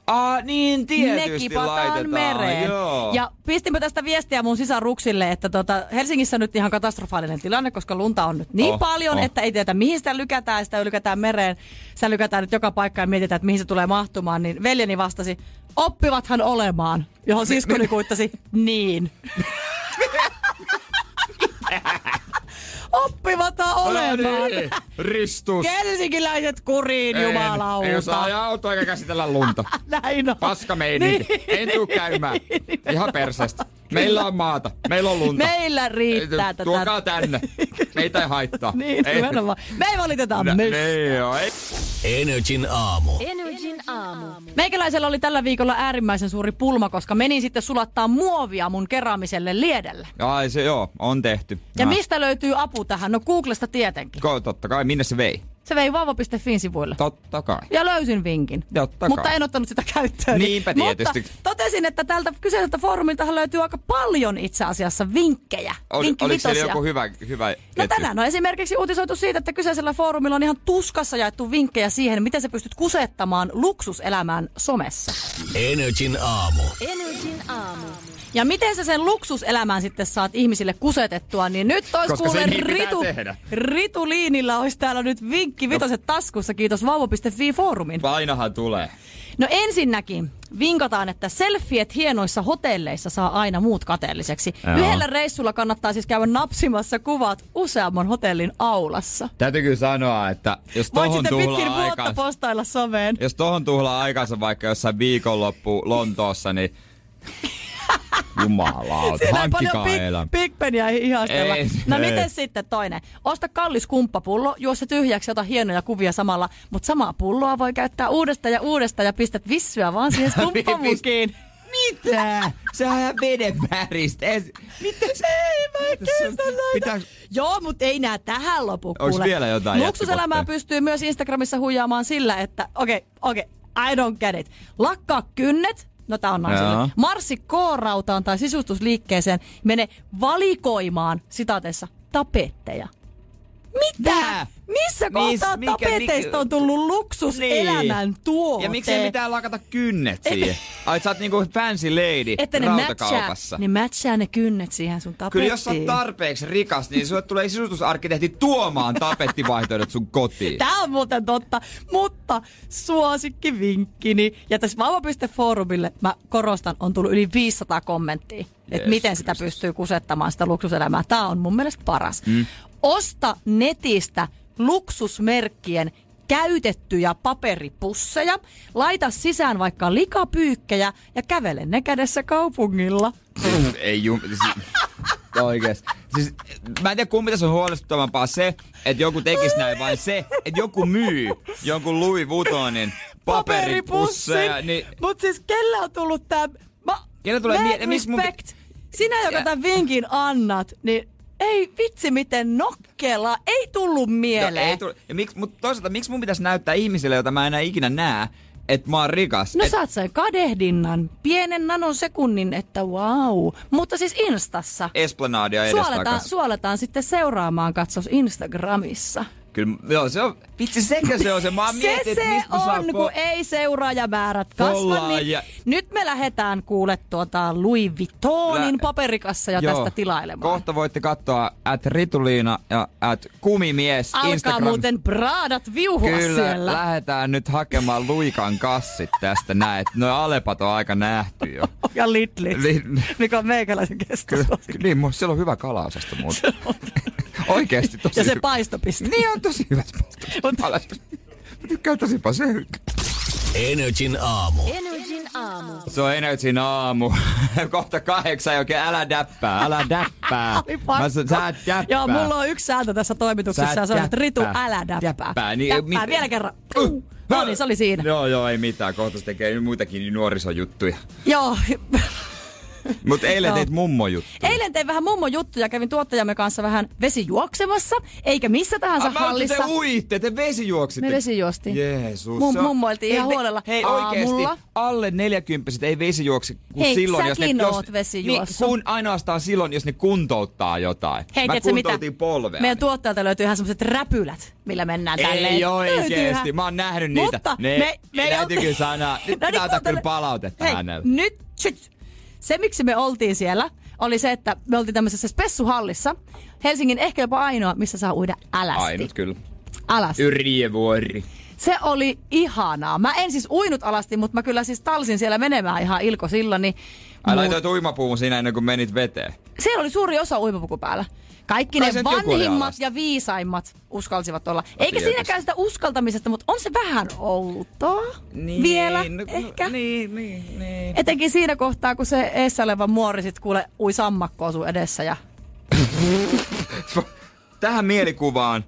Aa, niin
ne
tietysti
kipataan
laitetaan.
mereen.
Joo.
Ja pistimme tästä viestiä mun sisaruksille, että tota, Helsingissä on nyt ihan katastrofaalinen tilanne, koska lunta on nyt niin
Oh,
oh, paljon,
oh.
oh. että ei tiedä mihin sitä lykätään, sitä lykätään mereen. Sitä lykätään nyt joka paikkaan ja mietitään, että mihin se tulee mahtumaan. Niin veljeni vastasi, oppivathan olemaan, johon siskoni kuittasi, niin. oppivathan
No
olemaan.
niin, Ristus.
Helsinkiläiset kuriin,
En, en osaa
jumalauta.
ajaa autoa eikä käsitellä lunta.
Näin on.
Paska meininki.
Niin.
En tuu käymään. Ihan persestä. Meillä on maata. Meillä on lunta.
Meillä riittää tätä.
Tuokaa tänne. Meitä ei haittaa.
Niin,
ei.
nimenomaan. Me ei valiteta
Nä-
no,
Niin joo, ei.
Energin aamu.
Energin aamu.
Meikäläisellä oli tällä viikolla äärimmäisen suuri pulma, koska menin sitten sulattaa muovia mun keräämiselle liedellä.
Ai se joo, on tehty.
Ja
Mä-
mistä löytyy apu tähän? No Googlesta tietenkin.
Ko- Totta kai, minne se vei?
Se vei vauva.fin sivuille.
Totta kai.
Ja löysin vinkin.
Totta
Mutta
kai.
en ottanut sitä käyttöön.
Niinpä tietysti.
Mutta totesin, että tältä kyseiseltä foorumiltahan löytyy aika paljon itse asiassa vinkkejä.
Oli, oliko siellä
Vinkkivitosia.
joku hyvä, hyvä
No
ketju?
tänään on esimerkiksi uutisoitu siitä, että kyseisellä foorumilla on ihan tuskassa jaettu vinkkejä siihen, miten sä pystyt kusettamaan luksuselämään somessa.
Energin aamu.
Energin aamu.
Ja miten sä sen luksuselämän sitten saat ihmisille kusetettua, niin nyt olisi
Koska se
kuule
niin pitää
Ritu,
tehdä. No.
Ritu Liinillä olisi täällä nyt vinkki vitoset taskussa, kiitos vauva.fi foorumin.
Painahan tulee.
No ensinnäkin vinkataan, että selfiet hienoissa hotelleissa saa aina muut kateelliseksi.
Joo.
Yhdellä reissulla kannattaa siis käydä napsimassa kuvat useamman hotellin aulassa.
Täytyy kyllä sanoa, että jos
Voit
tohon
sitten pitkin
tuhlaa
vuotta
aikaa,
postailla someen.
jos tohon tuhlaa aikansa vaikka jossain viikonloppu Lontoossa, niin jumalauta,
Siinä ei paljon
hankkikaa
Big,
elämä.
Big Benia ihastella.
Ei,
no
ei.
miten sitten toinen? Osta kallis kumppapullo, juo se tyhjäksi, ota hienoja kuvia samalla, mutta samaa pulloa voi käyttää uudestaan ja uudestaan ja pistät vissyä vaan siihen kumppamukiin.
Mitä? Se on ihan veden väristä. Es- Mitä se? Ei mä kestä Pitääks...
Joo, mutta ei nää tähän lopu.
Onks
kuule.
vielä jotain
Luksuselämää
jättikohteita?
pystyy myös Instagramissa huijaamaan sillä, että okei, okay, okei, okay, I don't get it. Lakkaa kynnet, no tää on
Joo.
naisille. Marssi K-rautaan tai sisustusliikkeeseen, mene valikoimaan, sitaateissa, tapetteja. Mitä?
Tää?
Missä kohtaa
Mis- mikä-
tapeteista
mikä-
on tullut luksuselämän tuote?
Ja miksei mitään lakata kynnet siihen? Ai sä oot niinku fancy lady
Että ne matchaa,
rautakaupassa.
ne matchaa ne kynnet siihen sun tapettiin.
Kyllä jos sä oot tarpeeksi rikas, niin sulle tulee sisustusarkkitehti tuomaan tapettivaihtoehdot sun kotiin.
Tää on muuten totta, mutta suosikki vinkkini. Ja tässä vauva.foorumille, mä korostan, on tullut yli 500 kommenttia, että
Jeesus
miten sitä
Kristus.
pystyy kusettamaan sitä luksuselämää. Tää on mun mielestä paras. Mm. Osta netistä luksusmerkkien käytettyjä paperipusseja, laita sisään vaikka likapyykkejä ja kävele ne kädessä kaupungilla.
Pff, ei jum... Siis, oikees. Siis, mä en tiedä kumpi tässä on huolestuttavampaa se, että joku tekis näin, vai se, että joku myy jonkun Louis Vuittonin paperipusseja. Niin,
Mut siis kellä on tullut tää... Mä,
Kellä tulee
mad
mie- mis mun-
respect. Sinä, joka
Ja-
tämän vinkin annat, niin ei vitsi miten nokkela, ei tullut mieleen.
no, ei tule, ja miksi, mutta toisaalta, miksi mun pitäisi näyttää ihmisille, jota mä enää ikinä näe, että mä oon rikas?
No
Et-
saat sen kadehdinnan, pienen nanosekunnin, että wow. Mutta siis Instassa.
Esplanadia
Suoletaan,
edestakas.
suoletaan sitten seuraamaan katsos Instagramissa.
Kyllä, joo, se on, vitsi sekö se on se, mä oon
Se
miettinyt,
se
että mistä saa
on, kun
po-
ei seuraajamäärät kasva. Niin
Follaaja.
Nyt me lähdetään kuule tuota Louis Vuittonin
Lä-
paperikassa ja
Joo.
tästä tilailemaan.
Kohta voitte katsoa at Rituliina ja at Kumimies
Alkaa
Instagram.
muuten braadat viuhua
Kyllä,
siellä.
lähdetään nyt hakemaan luikan kassit tästä näin. että Noi alepat on aika nähty jo.
Oh, ja Lidlit,
Niin,
mikä on meikäläisen keskus.
kyllä, niin mu- siellä on hyvä kalaosasto muuten. Oikeesti tosi
Ja se
hyvä.
paistopiste.
Niin on tosi hyvä se paisto. Mä tykkään tosi paljon. Se,
Energin aamu.
Energin aamu.
se on Energin aamu. Kohta kahdeksan oikein. Älä däppää, älä däppää.
Oli pakko.
Mä sanon, sä et däppää.
Joo, mulla on yksi sääntö tässä toimituksessa
Sä
ja se on, että Ritu,
däppää.
älä däppää.
Däppää, niin ei
däppää.
mit-
vielä kerran.
Uh,
No niin, se oli siinä.
Joo, joo, ei mitään. Kohta se tekee muitakin nuorisojuttuja.
Joo,
Mutta eilen
Joo.
teit mummojuttuja.
Eilen tein vähän mummo juttuja, kävin tuottajamme kanssa vähän vesijuoksemassa, eikä missä tahansa
Ah, mä ajattelin,
hallissa.
te uitte, te vesijuoksitte.
Me vesijuostiin.
Jeesus.
Mum-
se on-
mummoiltiin
Ei
ihan
ne-
huolella
Hei
aamulla.
oikeesti, alle neljäkymppiset ei vesijuoksi kuin
Hei,
silloin, jos ne...
säkin
jos-
oot vesijuossut.
Niin, kun ainoastaan silloin, jos ne kuntouttaa jotain.
Hei,
mä
tiedätkö mitä?
kuntoutin polvea.
Meidän tuottajalta löytyy ihan semmoset räpylät, millä mennään tälleen.
Ei
Löytyyhän.
oikeesti, mä oon nähnyt niitä.
Mutta
ne,
me, me ei
täytyy
olti-
kyllä sanoa, nyt
No niin,
pitää ottaa
kuuntele.
kyllä palautetta
Hei,
hänelle.
Nyt, sit. se miksi me oltiin siellä, oli se, että me oltiin tämmöisessä spessuhallissa. Helsingin ehkä jopa ainoa, missä saa uida älästi.
Ainut kyllä.
Alasti.
Yrjevuori.
Se oli ihanaa. Mä en siis uinut alasti, mutta mä kyllä siis talsin siellä menemään ihan ilko silloin. Niin
Ai
mut-
laitoit uimapuun siinä ennen kuin menit veteen.
Siellä oli suuri osa uimapuku päällä. Kaikki
Kai
ne
se nyt joku oli
vanhimmat
alasti.
ja viisaimmat uskalsivat olla. Eikä
tietysti.
siinäkään sitä uskaltamisesta, mutta on se vähän outoa. Vielä ehkä.
niin, niin, niin.
Etenkin siinä kohtaa, kun se eessä oleva muori sit kuule ui sammakkoa sun edessä ja
Tähän mielikuvaan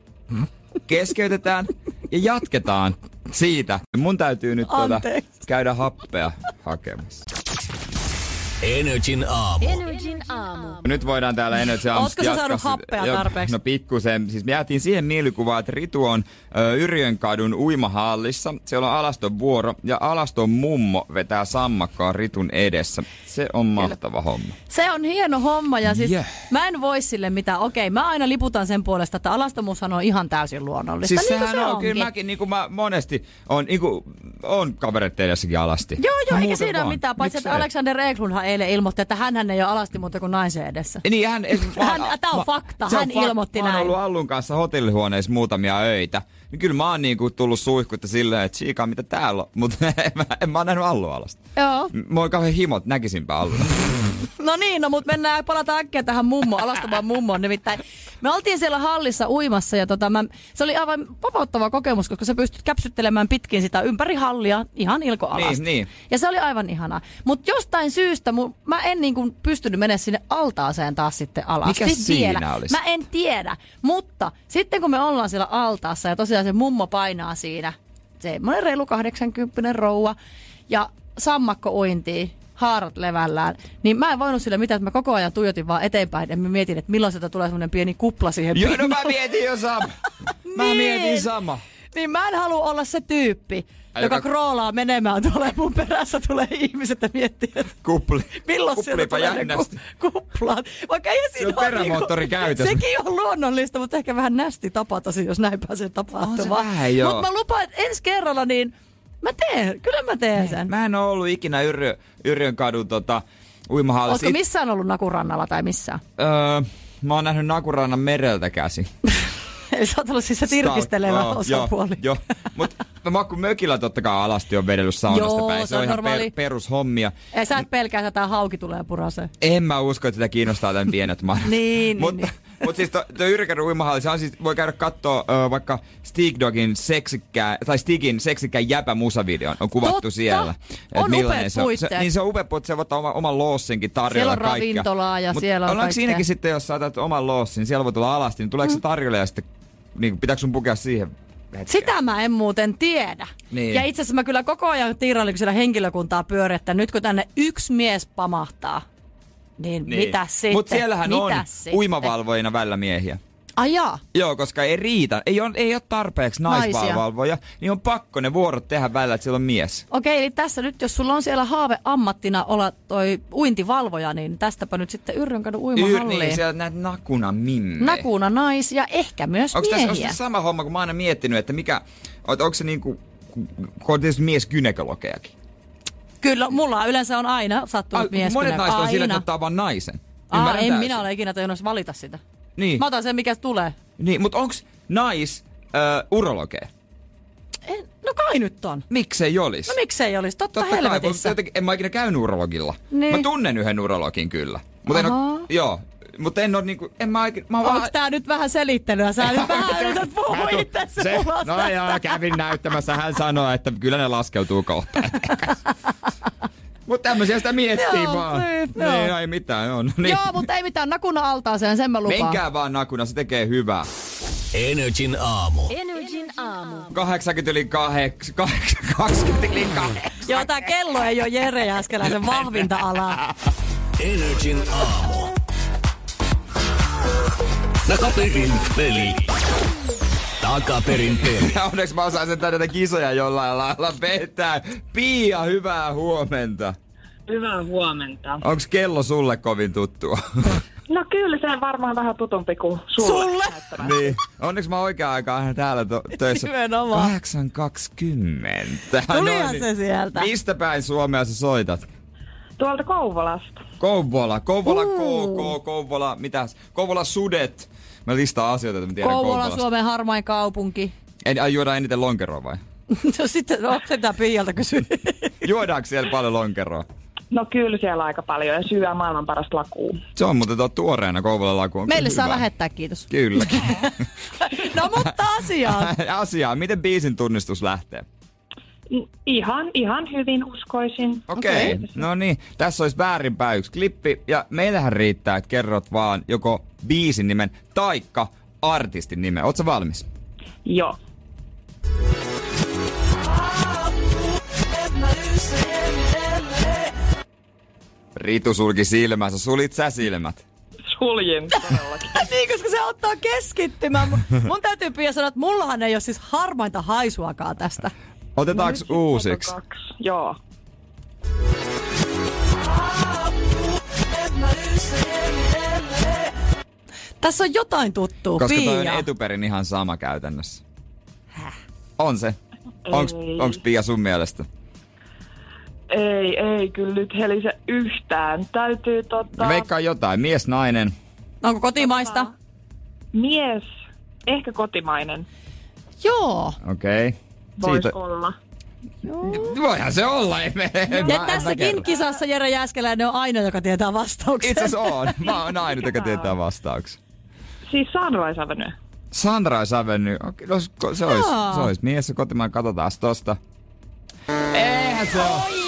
keskeytetään ja jatketaan siitä. Mun täytyy nyt tuota
Anteeksi.
käydä happea hakemassa.
Energin aamu.
Energin aamu.
Nyt voidaan täällä Energy siis-
Ootko sä saanut happea tarpeeksi?
No pikkusen. Siis me jäätiin siihen mielikuvaan, että Ritu on ö, Yrjönkadun uimahallissa. Siellä on alaston vuoro ja alaston mummo vetää sammakkaa Ritun edessä. Se on mahtava homma.
Se on hieno homma ja siis
Jeh.
yeah. mä en voi sille mitään. Okei, mä aina liputan sen puolesta, että alastomuushan on ihan täysin luonnollista.
Siis
niin kuin
sehän
se
on,
onkin.
kyllä mäkin, niin kuin mä monesti on, niin kuin, on kavereitteidessäkin alasti.
Joo, joo,
No
eikä
muuten
siinä ole
vaan.
mitään, paitsi että
Miksei?
Alexander Eklundhan eilen ilmoitti, että hän ei ole alasti muuta kuin naisen edessä.
Niin, hän,
Hän- tää on fakta,
se
hän
fakta.
ilmoitti
Mä oon
näin.
ollut Allun kanssa hotellihuoneessa muutamia öitä. Niin kyllä mä oon niinku tullut suihkutta silleen, että siikaa mitä täällä on, mutta en, mä, en mä oon nähnyt Allu alasta.
Joo.
M- Mä oon kauhean himot, näkisinpä Alluna.
No niin, no mut mennään, palataan äkkiä tähän mummo, alastamaan mummoon. Nimittäin me oltiin siellä hallissa uimassa ja tota, mä, se oli aivan vapauttava kokemus, koska sä pystyt käpsyttelemään pitkin sitä ympäri hallia ihan ilkoalasta.
Niin, niin.
Ja se oli aivan ihanaa. Mut jostain syystä mun, mä en niin kuin pystynyt menemään sinne altaaseen taas sitten alas.
Mikä
Siis
siinä
vielä.
olisi?
Mä en tiedä, mutta sitten kun me ollaan siellä altaassa ja tosiaan se mummo painaa siinä, semmoinen reilu 80 rouva ja sammakko uintii, haarat levällään, niin mä en voinut sille mitään, että mä koko ajan tuijotin vaan eteenpäin ja mä mietin, että milloin sieltä tulee semmoinen pieni kupla siihen
Joo, no
pinnalle.
mä mietin jo sama. Mä
Niin.
mietin sama.
Niin mä en halua olla se tyyppi,
Ai,
joka
joka-
kroolaa menemään tuolla ja mun perässä tulee ihmiset ja miettii, että
Kupli.
Milloin sieltä
Kuplipa
tulee
jännästi.
jännästi. kuplaan? Vaikka ei siinä
on
ole
perämoottori
niinku-
käytössä.
Sekin on luonnollista, mutta ehkä vähän nästi tapa tosi, jos näin pääsee tapahtumaan.
vähän, joo.
Mutta mä lupaan, että ensi kerralla niin mä teen, kyllä mä teen sen.
Niin, Mä en oo ollut ikinä Yrjö, Yrjön kadun tota, uimahallissa.
Ootko missään ollut Nakurannalla tai missään?
öö, mä oon nähnyt Nakurannan mereltä käsin.
Eli sä oot ollut siis se tirkistelevä
Joo,
osapuoli.
Joo, joo. mutta mä kun mökillä totta kai alasti on vedellyt saunasta
Joo,
päin. Se,
se
on
on
ihan per,
normaali.
perushommia.
Ja sä et pelkää, että tää hauki tulee puraseen.
En mä usko, että sitä kiinnostaa tämän pienet marjat.
Niin,
Mutta
niin,
mut siis tuo Yrkän uimahalli, se on siis, voi käydä katsoa ö, vaikka Stig Dogin seksikkää, tai Stigin seksikkään jäpä musavideon. On kuvattu
Totta.
siellä.
On
millainen
upeat
se on. Se,
puitteet.
niin se on upea puitteet, se voi ottaa oma, oman loossinkin tarjolla
Siellä on
kaikkea.
ravintolaa ja
Mut
siellä on
ollaanko
kaikkea. Mm.
siinäkin sitten, jos sä otat oman loossin, siellä voi tulla alasti, niin tuleeko se tarjolla ja sitten, niin pitääkö sun pukea siihen hetkeen?
Sitä mä en muuten tiedä.
Niin.
Ja itse asiassa mä kyllä koko ajan tiirailin, kun siellä henkilökuntaa pyörittää. Nyt kun tänne yksi mies pamahtaa, niin, niin. mitä sitten?
Mutta siellähän
mitä
on
sitten?
uimavalvojina välillä miehiä.
Ajaa.
Joo, koska ei riitä, ei, on, ei ole tarpeeksi
Naisia.
naisvalvoja, niin on pakko ne vuorot tehdä välillä, että siellä on mies.
Okei, eli tässä nyt, jos sulla on siellä haave ammattina olla toi uintivalvoja, niin tästäpä nyt sitten Yrjönkadun
Yr,
uimahalliin.
niin, siellä on näitä nakuna mimme.
Nakuna nais ja ehkä myös
Onko tässä, onko
miehiä.
tässä sama homma, kun mä oon aina miettinyt, että mikä, on- onko se niinku, kun on tietysti mies gynekologejakin.
Kyllä, mulla yleensä on aina sattunut mies.
monet
kyllä.
naiset on sillä, että
aina.
ottaa vaan naisen.
Aa,
Ymmärrän
en
täysin.
minä ole ikinä tajunnut valita sitä.
Niin,
Mä otan sen, mikä tulee.
niin mutta onko nais äh, urologeja?
En, no kai nyt on.
Miksei olisi?
No miksei olisi? Totta,
Totta kai, kun
helvetissä.
jotenkin, en mä ikinä käynyt urologilla.
Niin.
Mä tunnen yhden urologin kyllä. Mutta en oo,
Ahaa.
joo, mutta en oo niinku, en mä ikinä, mä oon
Onko
vaan...
tää nyt vähän selittelyä? Sä nyt vähän yrität puhua
Mä tuun-
itsesi
se,
ulos
No
tästä.
joo, kävin näyttämässä. Hän sanoi, että kyllä ne laskeutuu kohta. Mutta tämmöisiä sitä miettii
Joo,
vaan.
niin,
niin,
joo.
no ei mitään, joo. No, niin.
Joo, mutta ei mitään nakuna altaaseen, sen mä lupaan.
Menkää vaan nakuna, se tekee hyvää.
Energin aamu.
Energin aamu.
80 yli 8, 20 yli 8.
Joo, tää kello ei ole Jere Jääskeläisen vahvinta alaa.
Energin aamu. Takaperin peli. Takaperin peli.
Ja onneksi mä osaan sen näitä kisoja jollain lailla vetää. Pia, hyvää huomenta.
Hyvää huomenta.
Onks kello sulle kovin tuttua?
No kyllä se on varmaan vähän tutumpi kuin sulle.
Sulle?
niin. Onneksi mä oikea aikaan aina täällä to- töissä.
Nimenomaan.
8.20.
Tulihan se sieltä.
niin. Mistä päin Suomea sä soitat?
Tuolta Kouvolasta.
Kouvola, Kouvola KK, Kouvola, mitäs? Kouvola Sudet. Mä listaan asioita, että mä tiedän
Kouvola,
Kouvolasta.
Suomen harmain kaupunki.
En, ai, juodaan eniten lonkeroa vai?
No sitten, no, sitä Piialta kysyä.
Juodaanko siellä paljon lonkeroa?
No kyllä siellä aika paljon ja syö maailman paras lakuu.
Se on muuten tuo tuoreena Kouvolan laku. on
Meille
kyllä
saa
hyvä.
lähettää, kiitos.
Kyllä.
No mutta asiaan.
Asiaa, miten biisin tunnistus lähtee?
I- Mm, Ihan, ihan hyvin uskoisin.
Okei, okay. no niin. Tässä olisi väärinpäin yksi klippi. Ja meillähän riittää, että kerrot vaan joko biisin nimen taikka artistin nimen. Ootsä valmis?
Joo.
Ritu sulki silmänsä. Sulit sä silmät?
Suljin todellakin.
niin, koska se ottaa keskittymään. Mun, mun täytyy Pia sanoa, että mullahan ei ole siis harmainta haisuakaan tästä. No
Otetaanko uusiksi?
Kaksi. Joo.
Tässä on jotain tuttua.
Koska
Pia.
toi on etuperin ihan sama käytännössä. On se. Onks,
Ei.
onks Pia sun mielestä?
Ei, ei kyllä nyt helise yhtään. Täytyy tota...
No.
Mä veikkaan jotain. Mies, nainen.
Onko kotimaista?
Mies. Ehkä kotimainen.
Joo.
Okei.
Voisi olla.
Voihan se olla. Ei me, No, en mä-
Ja
en mä kerro.
tässäkin kisassa Jere Jääskeläinen on ainoa, joka tietää vastauksen.
Itse asiassa on. Mä oon ainut, joka tietää vastauksen.
Siis Sunrise Avenue.
Sunrise Avenue. Okei, no, ko- se olisi
Joo.
se olis mies ja kotimaan. Katsotaan tosta. Eihän se oo.
Oi!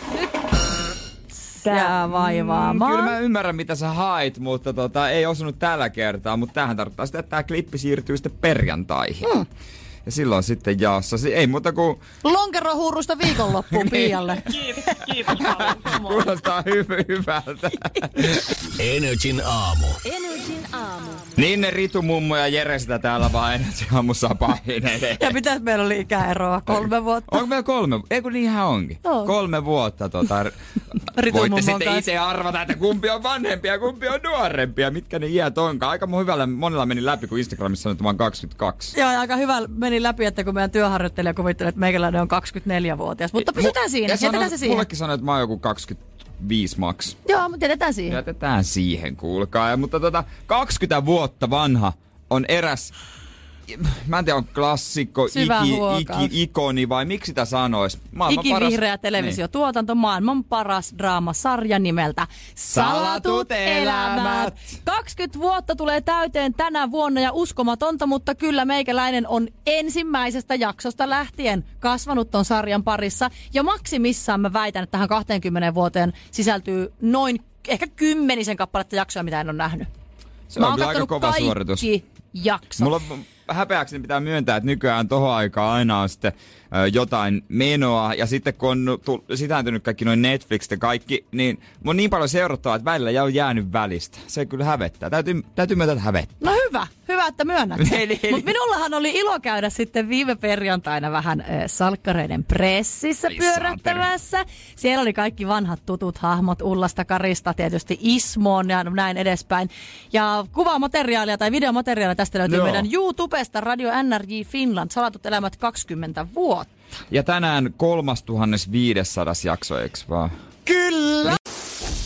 Tää vaivaamaan.
Kyllä mä ymmärrän, mitä sä hait, mutta tota, ei osunut tällä kertaa. Mutta tähän tarkoittaa sitä, että tämä klippi siirtyy sitten perjantaihin.
Mm.
Ja silloin sitten jaossa. Si- Ei muuta kuin
Lonkerohuurusta
Niin.
viikonloppuun Pialle.
Kiitos, kiitos paljon. Samoin.
kuulostaa hy- hyvältä.
Energin aamu.
Energin aamu.
niin ne Ritu mummo ja Jere sitä täällä vaan aamussa pahinelee.
Ja mitäs meillä oli ikäeroa? Kolme vuotta.
Onko meillä kolme? Ei kun niinhän onkin.
On.
Kolme vuotta tota.
Ritu
voitte
mummon
sitten
kanssa.
itse arvata, että kumpi on vanhempi ja kumpi on nuorempi ja mitkä ne iät onkaan. Aika mun hyvällä monella meni läpi, kun Instagramissa sanoi, että mä oon 22.
Joo, ja aika hyvä meni läpi, että kun meidän työharjoittelija kuvitteli, että meikäläinen on 24-vuotias. Mutta pysytään siinä,
Ja
jätetään
sanoi-
se siihen.
Mullekin sanoi, että mä oon joku 25 maks.
Joo, mutta jätetään siihen.
Jätetään siihen, kuulkaa. Ja, mutta tota, 20 vuotta vanha on eräs, mä en tiedä on klassikko,
Syvä
iki,
huokaus.
iki, ikoni vai miksi sitä sanois? Maailman
Ikivihreä
paras- Niin.
televisiotuotanto, maailman paras draamasarja nimeltä
Salatut
Salatut
elämät.
elämät. 20 vuotta tulee täyteen tänä vuonna ja uskomatonta, mutta kyllä meikäläinen on ensimmäisestä jaksosta lähtien kasvanut ton sarjan parissa. Ja maksimissaan mä väitän, että tähän 20 vuoteen sisältyy noin ehkä kymmenisen kappaletta jaksoja, mitä en ole nähnyt.
Niin. Se on
mä oon
kyllä aika
kattonut
kova
kaikki
suoritus.
jaksot.
Mulla on- häpeäkseni pitää myöntää, että nykyään tohon aikaan aina on sitten ö, jotain menoa. Ja sitten kun on tu- sitääntynyt kaikki noin Netflix ja kaikki, niin mun on niin paljon seurattavaa, että välillä ja on jäänyt välistä. Se kyllä hävettää. Täytyy, täytyy myöntää, että hävettää.
No hyvä, hyvä, että myönnät.
Eli- eli-
Mutta minullahan oli ilo käydä sitten viime perjantaina vähän äh, salkkareiden pressissä
Ai
pyörättämässä. Siellä oli kaikki vanhat tutut hahmot Ullasta Karista, tietysti Ismoon ja näin edespäin. Ja kuvamateriaalia tai videomateriaalia tästä löytyy
Joo.
Joo. meidän YouTubesta Radio NRJ Finland, Salatut elämät 20 vuotta.
Ja tänään 3500 jakso, eiks vaan?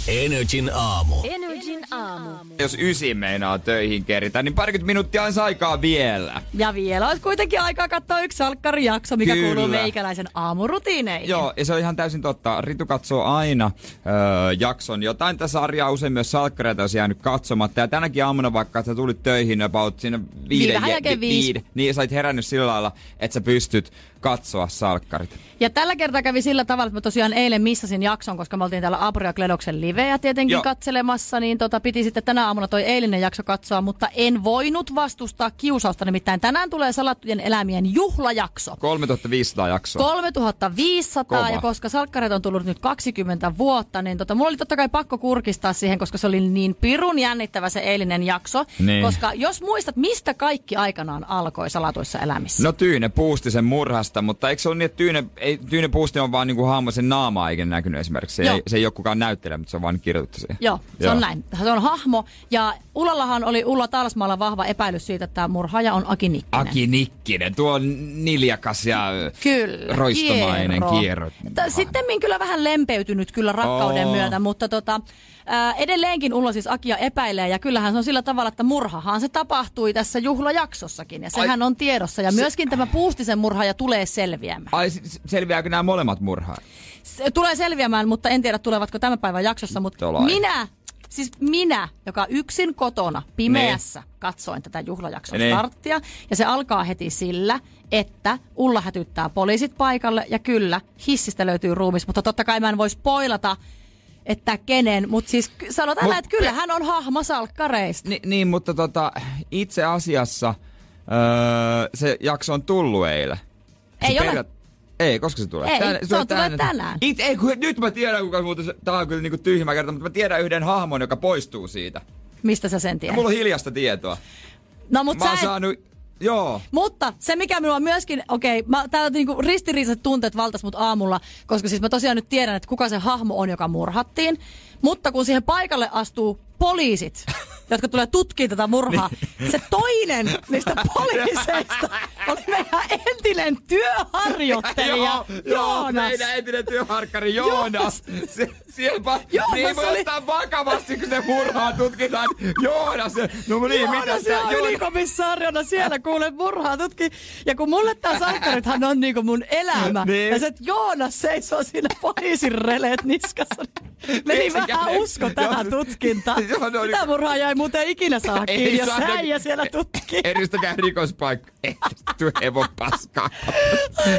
Energin aamu.
Energin aamu.
Jos ysi meinaa töihin keritä, niin parikymmentä minuuttia on aikaa vielä.
Ja vielä olisi kuitenkin aikaa katsoa yksi salkkarijakso, mikä
Kyllä.
kuuluu meikäläisen aamurutiineihin.
Joo, ja se on ihan täysin totta. Ritu katsoo aina öö, jakson jotain tässä sarjaa, usein myös salkkareita jos jäänyt katsomatta. Ja tänäkin aamuna vaikka sä tulit töihin about siinä viiden,
Niin, vähän jälkeen viisi.
niin sä olit herännyt sillä lailla, että sä pystyt katsoa salkkarit.
Ja tällä kertaa kävi sillä tavalla, että mä tosiaan eilen missasin jakson, koska me oltiin täällä Apria Kledoksen liveä tietenkin
Joo.
Joo. katselemassa, niin tota, piti sitten tänä aamuna toi eilinen jakso katsoa, mutta en voinut vastustaa kiusausta, nimittäin tänään tulee Salattujen elämien juhlajakso.
3500 jaksoa.
3500
Kova.
ja koska salkkareet on tullut nyt 20 vuotta, niin tota, mulla oli totta kai pakko kurkistaa siihen, koska se oli niin pirun jännittävä se eilinen jakso.
Niin.
Koska jos muistat, mistä kaikki aikanaan alkoi salatuissa elämissä.
No Tyyne Puusti sen murhasta, mutta eikö se ole niin, että Tyyne, ei, Tyyne Puusti on vaan niinku hahmo, sen naamaa eikä näkynyt esimerkiksi. Se
Joo.
ei, se ei ole kukaan näyttelijä, mutta se on vaan kirjoitettu siihen.
Joo, se on näin. Se on hahmo. Ja Ullallahan oli Ulla Talsmaalla vahva epäilys siitä, että tämä murhaaja on Aki Nikkinen.
Aki Nikkinen, tuo on niljakas ja
Kyllä.
roistomainen kierro.
Sitten kyllä vähän lempeytynyt kyllä rakkauden
Oo.
Oo. myötä, mutta tota, ää, edelleenkin Ulla siis Akia epäilee ja kyllähän se on sillä tavalla, että murhahan se tapahtui tässä juhlajaksossakin ja sehän on tiedossa ja myöskin tämä Puustisen murhaaja tulee selviämään.
Ai s- selviääkö nämä molemmat murhaa?
Se tulee selviämään, mutta en tiedä tulevatko tämän päivän jaksossa, mutta
Tolai.
minä, siis minä, joka yksin kotona pimeässä katsoin tätä juhlajakson
Niin.
starttia ja se alkaa heti sillä, että Ulla hätyttää poliisit paikalle ja kyllä, hissistä löytyy ruumis, mutta totta kai mä en voisi poilata, että kenen, mutta siis ky- sanotaan
Mut-
näin, että kyllä hän on hahmo salkkareista.
Ni, niin, mutta tota, itse asiassa öö, se jakso on tullut eilen. Se
Ei ole.
Ei, koska se tulee?
Ei, se on tullut tänään.
It, ei, kun, nyt mä tiedän, kuka muuten se, tää on kyllä niinku tyhmä kerta, mutta mä tiedän yhden hahmon, joka poistuu siitä.
Mistä sä sen
Ja
tiedät?
mulla on hiljasta tietoa.
No mut
mä
sä
oon
et...
saanut, joo.
Mutta se mikä minua myöskin, okei, okay, täällä on niinku ristiriiset tunteet valtas mut aamulla, koska siis mä tosiaan nyt tiedän, että kuka se hahmo on, joka murhattiin. Mutta kun siihen paikalle astuu poliisit, jotka tulee tutkimaan tätä murhaa,
Niin.
se toinen niistä poliiseista on meidän entinen työharjoittelija
Joo, joo,
Joonas.
meidän entinen työharkkari Joonas. Se, sielpä,
Joonas
niin voi
oli-
ottaa vakavasti, kun se murhaa tutkitaan. Joonas, no niin, mitä
Joonas
sitä?
ja ylikomissaariona siellä kuule murhaa tutki. Ja kun mulle tää sankkarithan on niinku mun elämä.
Niin.
Ja se, että Joonas seisoo siinä poliisin releet niskassa. niin Meni
Niin, se
vähän
käy.
usko tähän
Joo.
tutkintaan.
Joo, no niin.
Mitä murhaa jäi muuten ikinä saa
Ei
kiinni, jos
saa-
äijä siellä tutkii.
Eristäkää rikospaikka. Ei, työ hevo paskaa.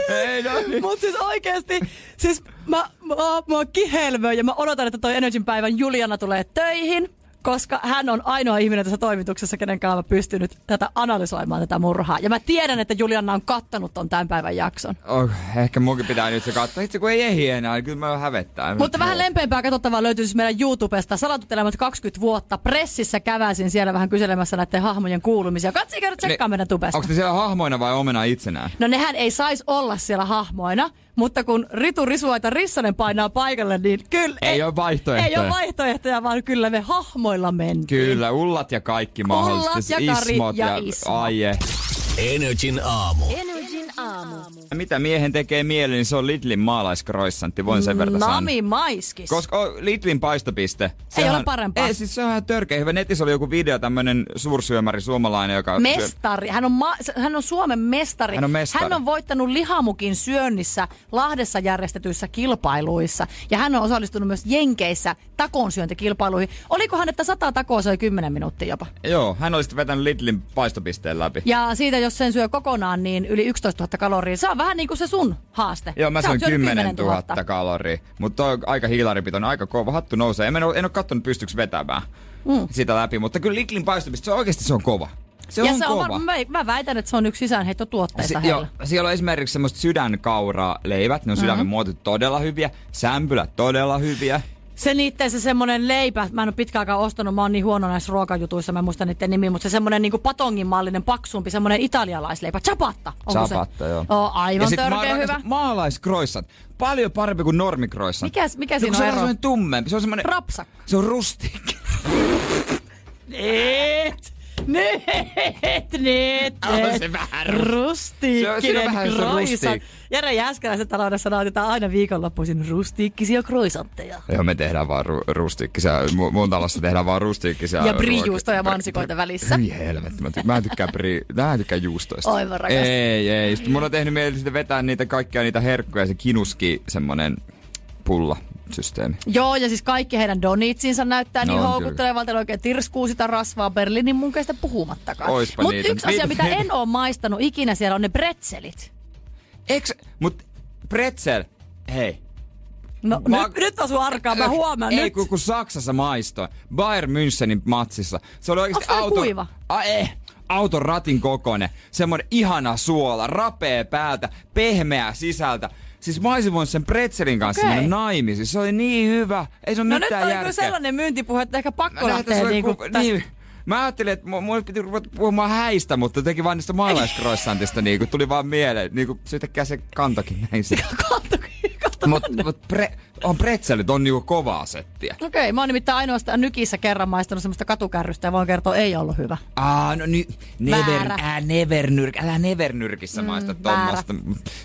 Ei, no niin.
Mut siis oikeesti, siis mä, mä, mä oon kihelmöi ja mä odotan, että toi Energin päivän Juliana tulee töihin, koska hän on ainoa ihminen tässä toimituksessa, kenen kanssa mä pystynyt tätä analysoimaan tätä murhaa. Ja mä tiedän, että Juliana on kattanut ton tämän päivän jakson.
Oh, ehkä munkin pitää nyt se katsoa. Itse kun ei ehdi enää, niin kyllä mä hävettää.
Mutta vähän
Joo.
lempeämpää katsottavaa löytyy siis meidän YouTubesta. Salatut elämät 20 vuotta. Pressissä käväsin siellä vähän kyselemässä näiden hahmojen kuulumisia. Katsi käydä tsekkaa meidän tubesta.
Onko Niin, ne siellä hahmoina vai omena itsenään?
No nehän ei saisi olla siellä hahmoina, mutta kun Ritu Risuaita Rissanen painaa paikalle, niin kyllä...
Ei oo vaihtoehtoja.
Ei ole vaihtoehtoja, vaan kyllä me hahmoilla mentiin.
Kyllä, ullat ja kaikki mahdolliset.
Niin. ja Kari
ismot
ja Ismo.
Ai eh.
Energin aamu.
Energin aamu.
Mitä miehen tekee mieli, niin se on Lidlin maalaiskroissantti, voin sen verran sanoa.
Nami maiskis.
Koska oh, Lidlin paistopiste.
ole parempaa.
Ei, siis se on ihan törkeä hyvä. Netissä oli joku video, tämmönen suursyömäri suomalainen, joka... syö-
Mestari. Hän on, ma- se- hän on Suomen mestari.
Hän on mestari.
hän on voittanut lihamukin syönnissä Lahdessa järjestetyissä kilpailuissa. Ja hän on osallistunut myös Jenkeissä takonsyöntikilpailuihin. Olikohan, että 100 takoa söi 10 minuuttia jopa.
Joo, hän oli sitten vetänyt Lidlin paistopisteen läpi.
Ja siitä, jos sen syö kokonaan, niin yli 11 000 kaloria. Se on vähän niin kuin se sun haaste.
Joo, mä
Sä oot
söin
syönyt
10 000 kaloria, mutta on aika hiilaripitoinen, aika kova, hattu nousee. En, en ole kattonut pystyykö vetämään mm. sitä läpi, mutta kyllä Lidlin paistopiste, se on oikeasti se on kova. Se
ja
on
se
kova.
on var- mä, mä väitän, että se on yksi sisäänheitto tuotteista
Si- joo,
heillä.
siellä on esimerkiksi semmoista sydänkauraleivät, ne on sydämen mm-hmm. muotu todella hyviä, sämpylät todella hyviä.
Se niitten se semmonen leipä, mä en ole pitkäänkään ostanut, mä oon niin huono näissä ruokajutuissa, mä en muista niiden nimi, mutta se semmonen niinku patongin mallinen, paksumpi, semmonen italialaisleipä, chapatta. Onko
Ciabatta,
se?
joo.
Oh,
ja
aivan
sit
törkeä
mä
hyvä.
Maalaiskroissant. Paljon parempi kuin normikroissant.
Mikäs- mikä
No, kun
siinä on
Se on
ero?
semmoinen tummempi. Se on semmoinen...
Rapsakka.
Se on rustiikki.
Neet! Neet! Neet!
On
neet.
se vähän rusti- Se on- se on
Rustiikkinen
vähän se
kroisant.
rustiik-
Jere Jääskeläisen taloudessa nautitaan aina viikonloppuisin rustiikkisia kroisantteja.
Joo, me tehdään vaan ru- rustiikkisia. Mu- mun talossa tehdään vaan rustiikkisia.
Ja brie
ruokia.
juustoja mansikoita välissä.
Hyi helvetti. Mä, ty- mä en tykkää, brie, mä en tykkää juustoista.
Aivan rakastan.
Ei, ei. Sitten mun on tehnyt mieli sitten vetää niitä kaikkia niitä herkkuja. Se kinuski semmonen pulla systeemi.
Joo, ja siis kaikki heidän donitsinsa näyttää
No
niin
on kyllä.
houkuttelevalta, että oikein tirskuu sitä rasvaa Berliinin munkeista puhumattakaan.
Oispa
Mutta
niitä. Niin-
yksi asia,
Niitä-
mitä en ole maistanut ikinä siellä, on ne pretzelit.
Eks, mut pretzel, hei.
No,
Mä- Äh,
nyt, nyt on sun arkaa, mä huomaan
Ei,
nyt.
kun, kun Saksassa maistoi. Bayern Münchenin matsissa. Se oli oikeasti
Onks tää
auto...
kuiva?
A, ei. Auton ratin kokoinen. Semmoinen ihana suola, rapea päältä, pehmeä sisältä. Siis mä olisin voinut sen pretzelin kanssa
Okei.
okay. naimisiin. Se oli niin hyvä. Ei se ole
No nyt
mitään
on
järkeä.
kyllä sellainen myyntipuhe, että ehkä
Mä
pakko
näen, että se
lähteä
oli
niinku
ku-
tästä-
niin. Mä ajattelin, että mu- mulle piti ruveta puhumaan häistä, mutta teki vaan niistä maalaiskroissantista, niin tuli vaan mieleen. Niin kuin yhtäkkiä se kantakin näin se.
Katso, katso.
Mut, mut pre, on pretzelit, on niinku kovaa settiä.
Okei, okay, mä oon nimittäin ainoastaan nykissä kerran maistanut semmoista katukärrystä ja voin kertoa, ei ollut hyvä.
Aa, no niin, never,
Väärä. Mm,
ää, never nyrk, älä never nyrkissä maista
väärä.
tommosta,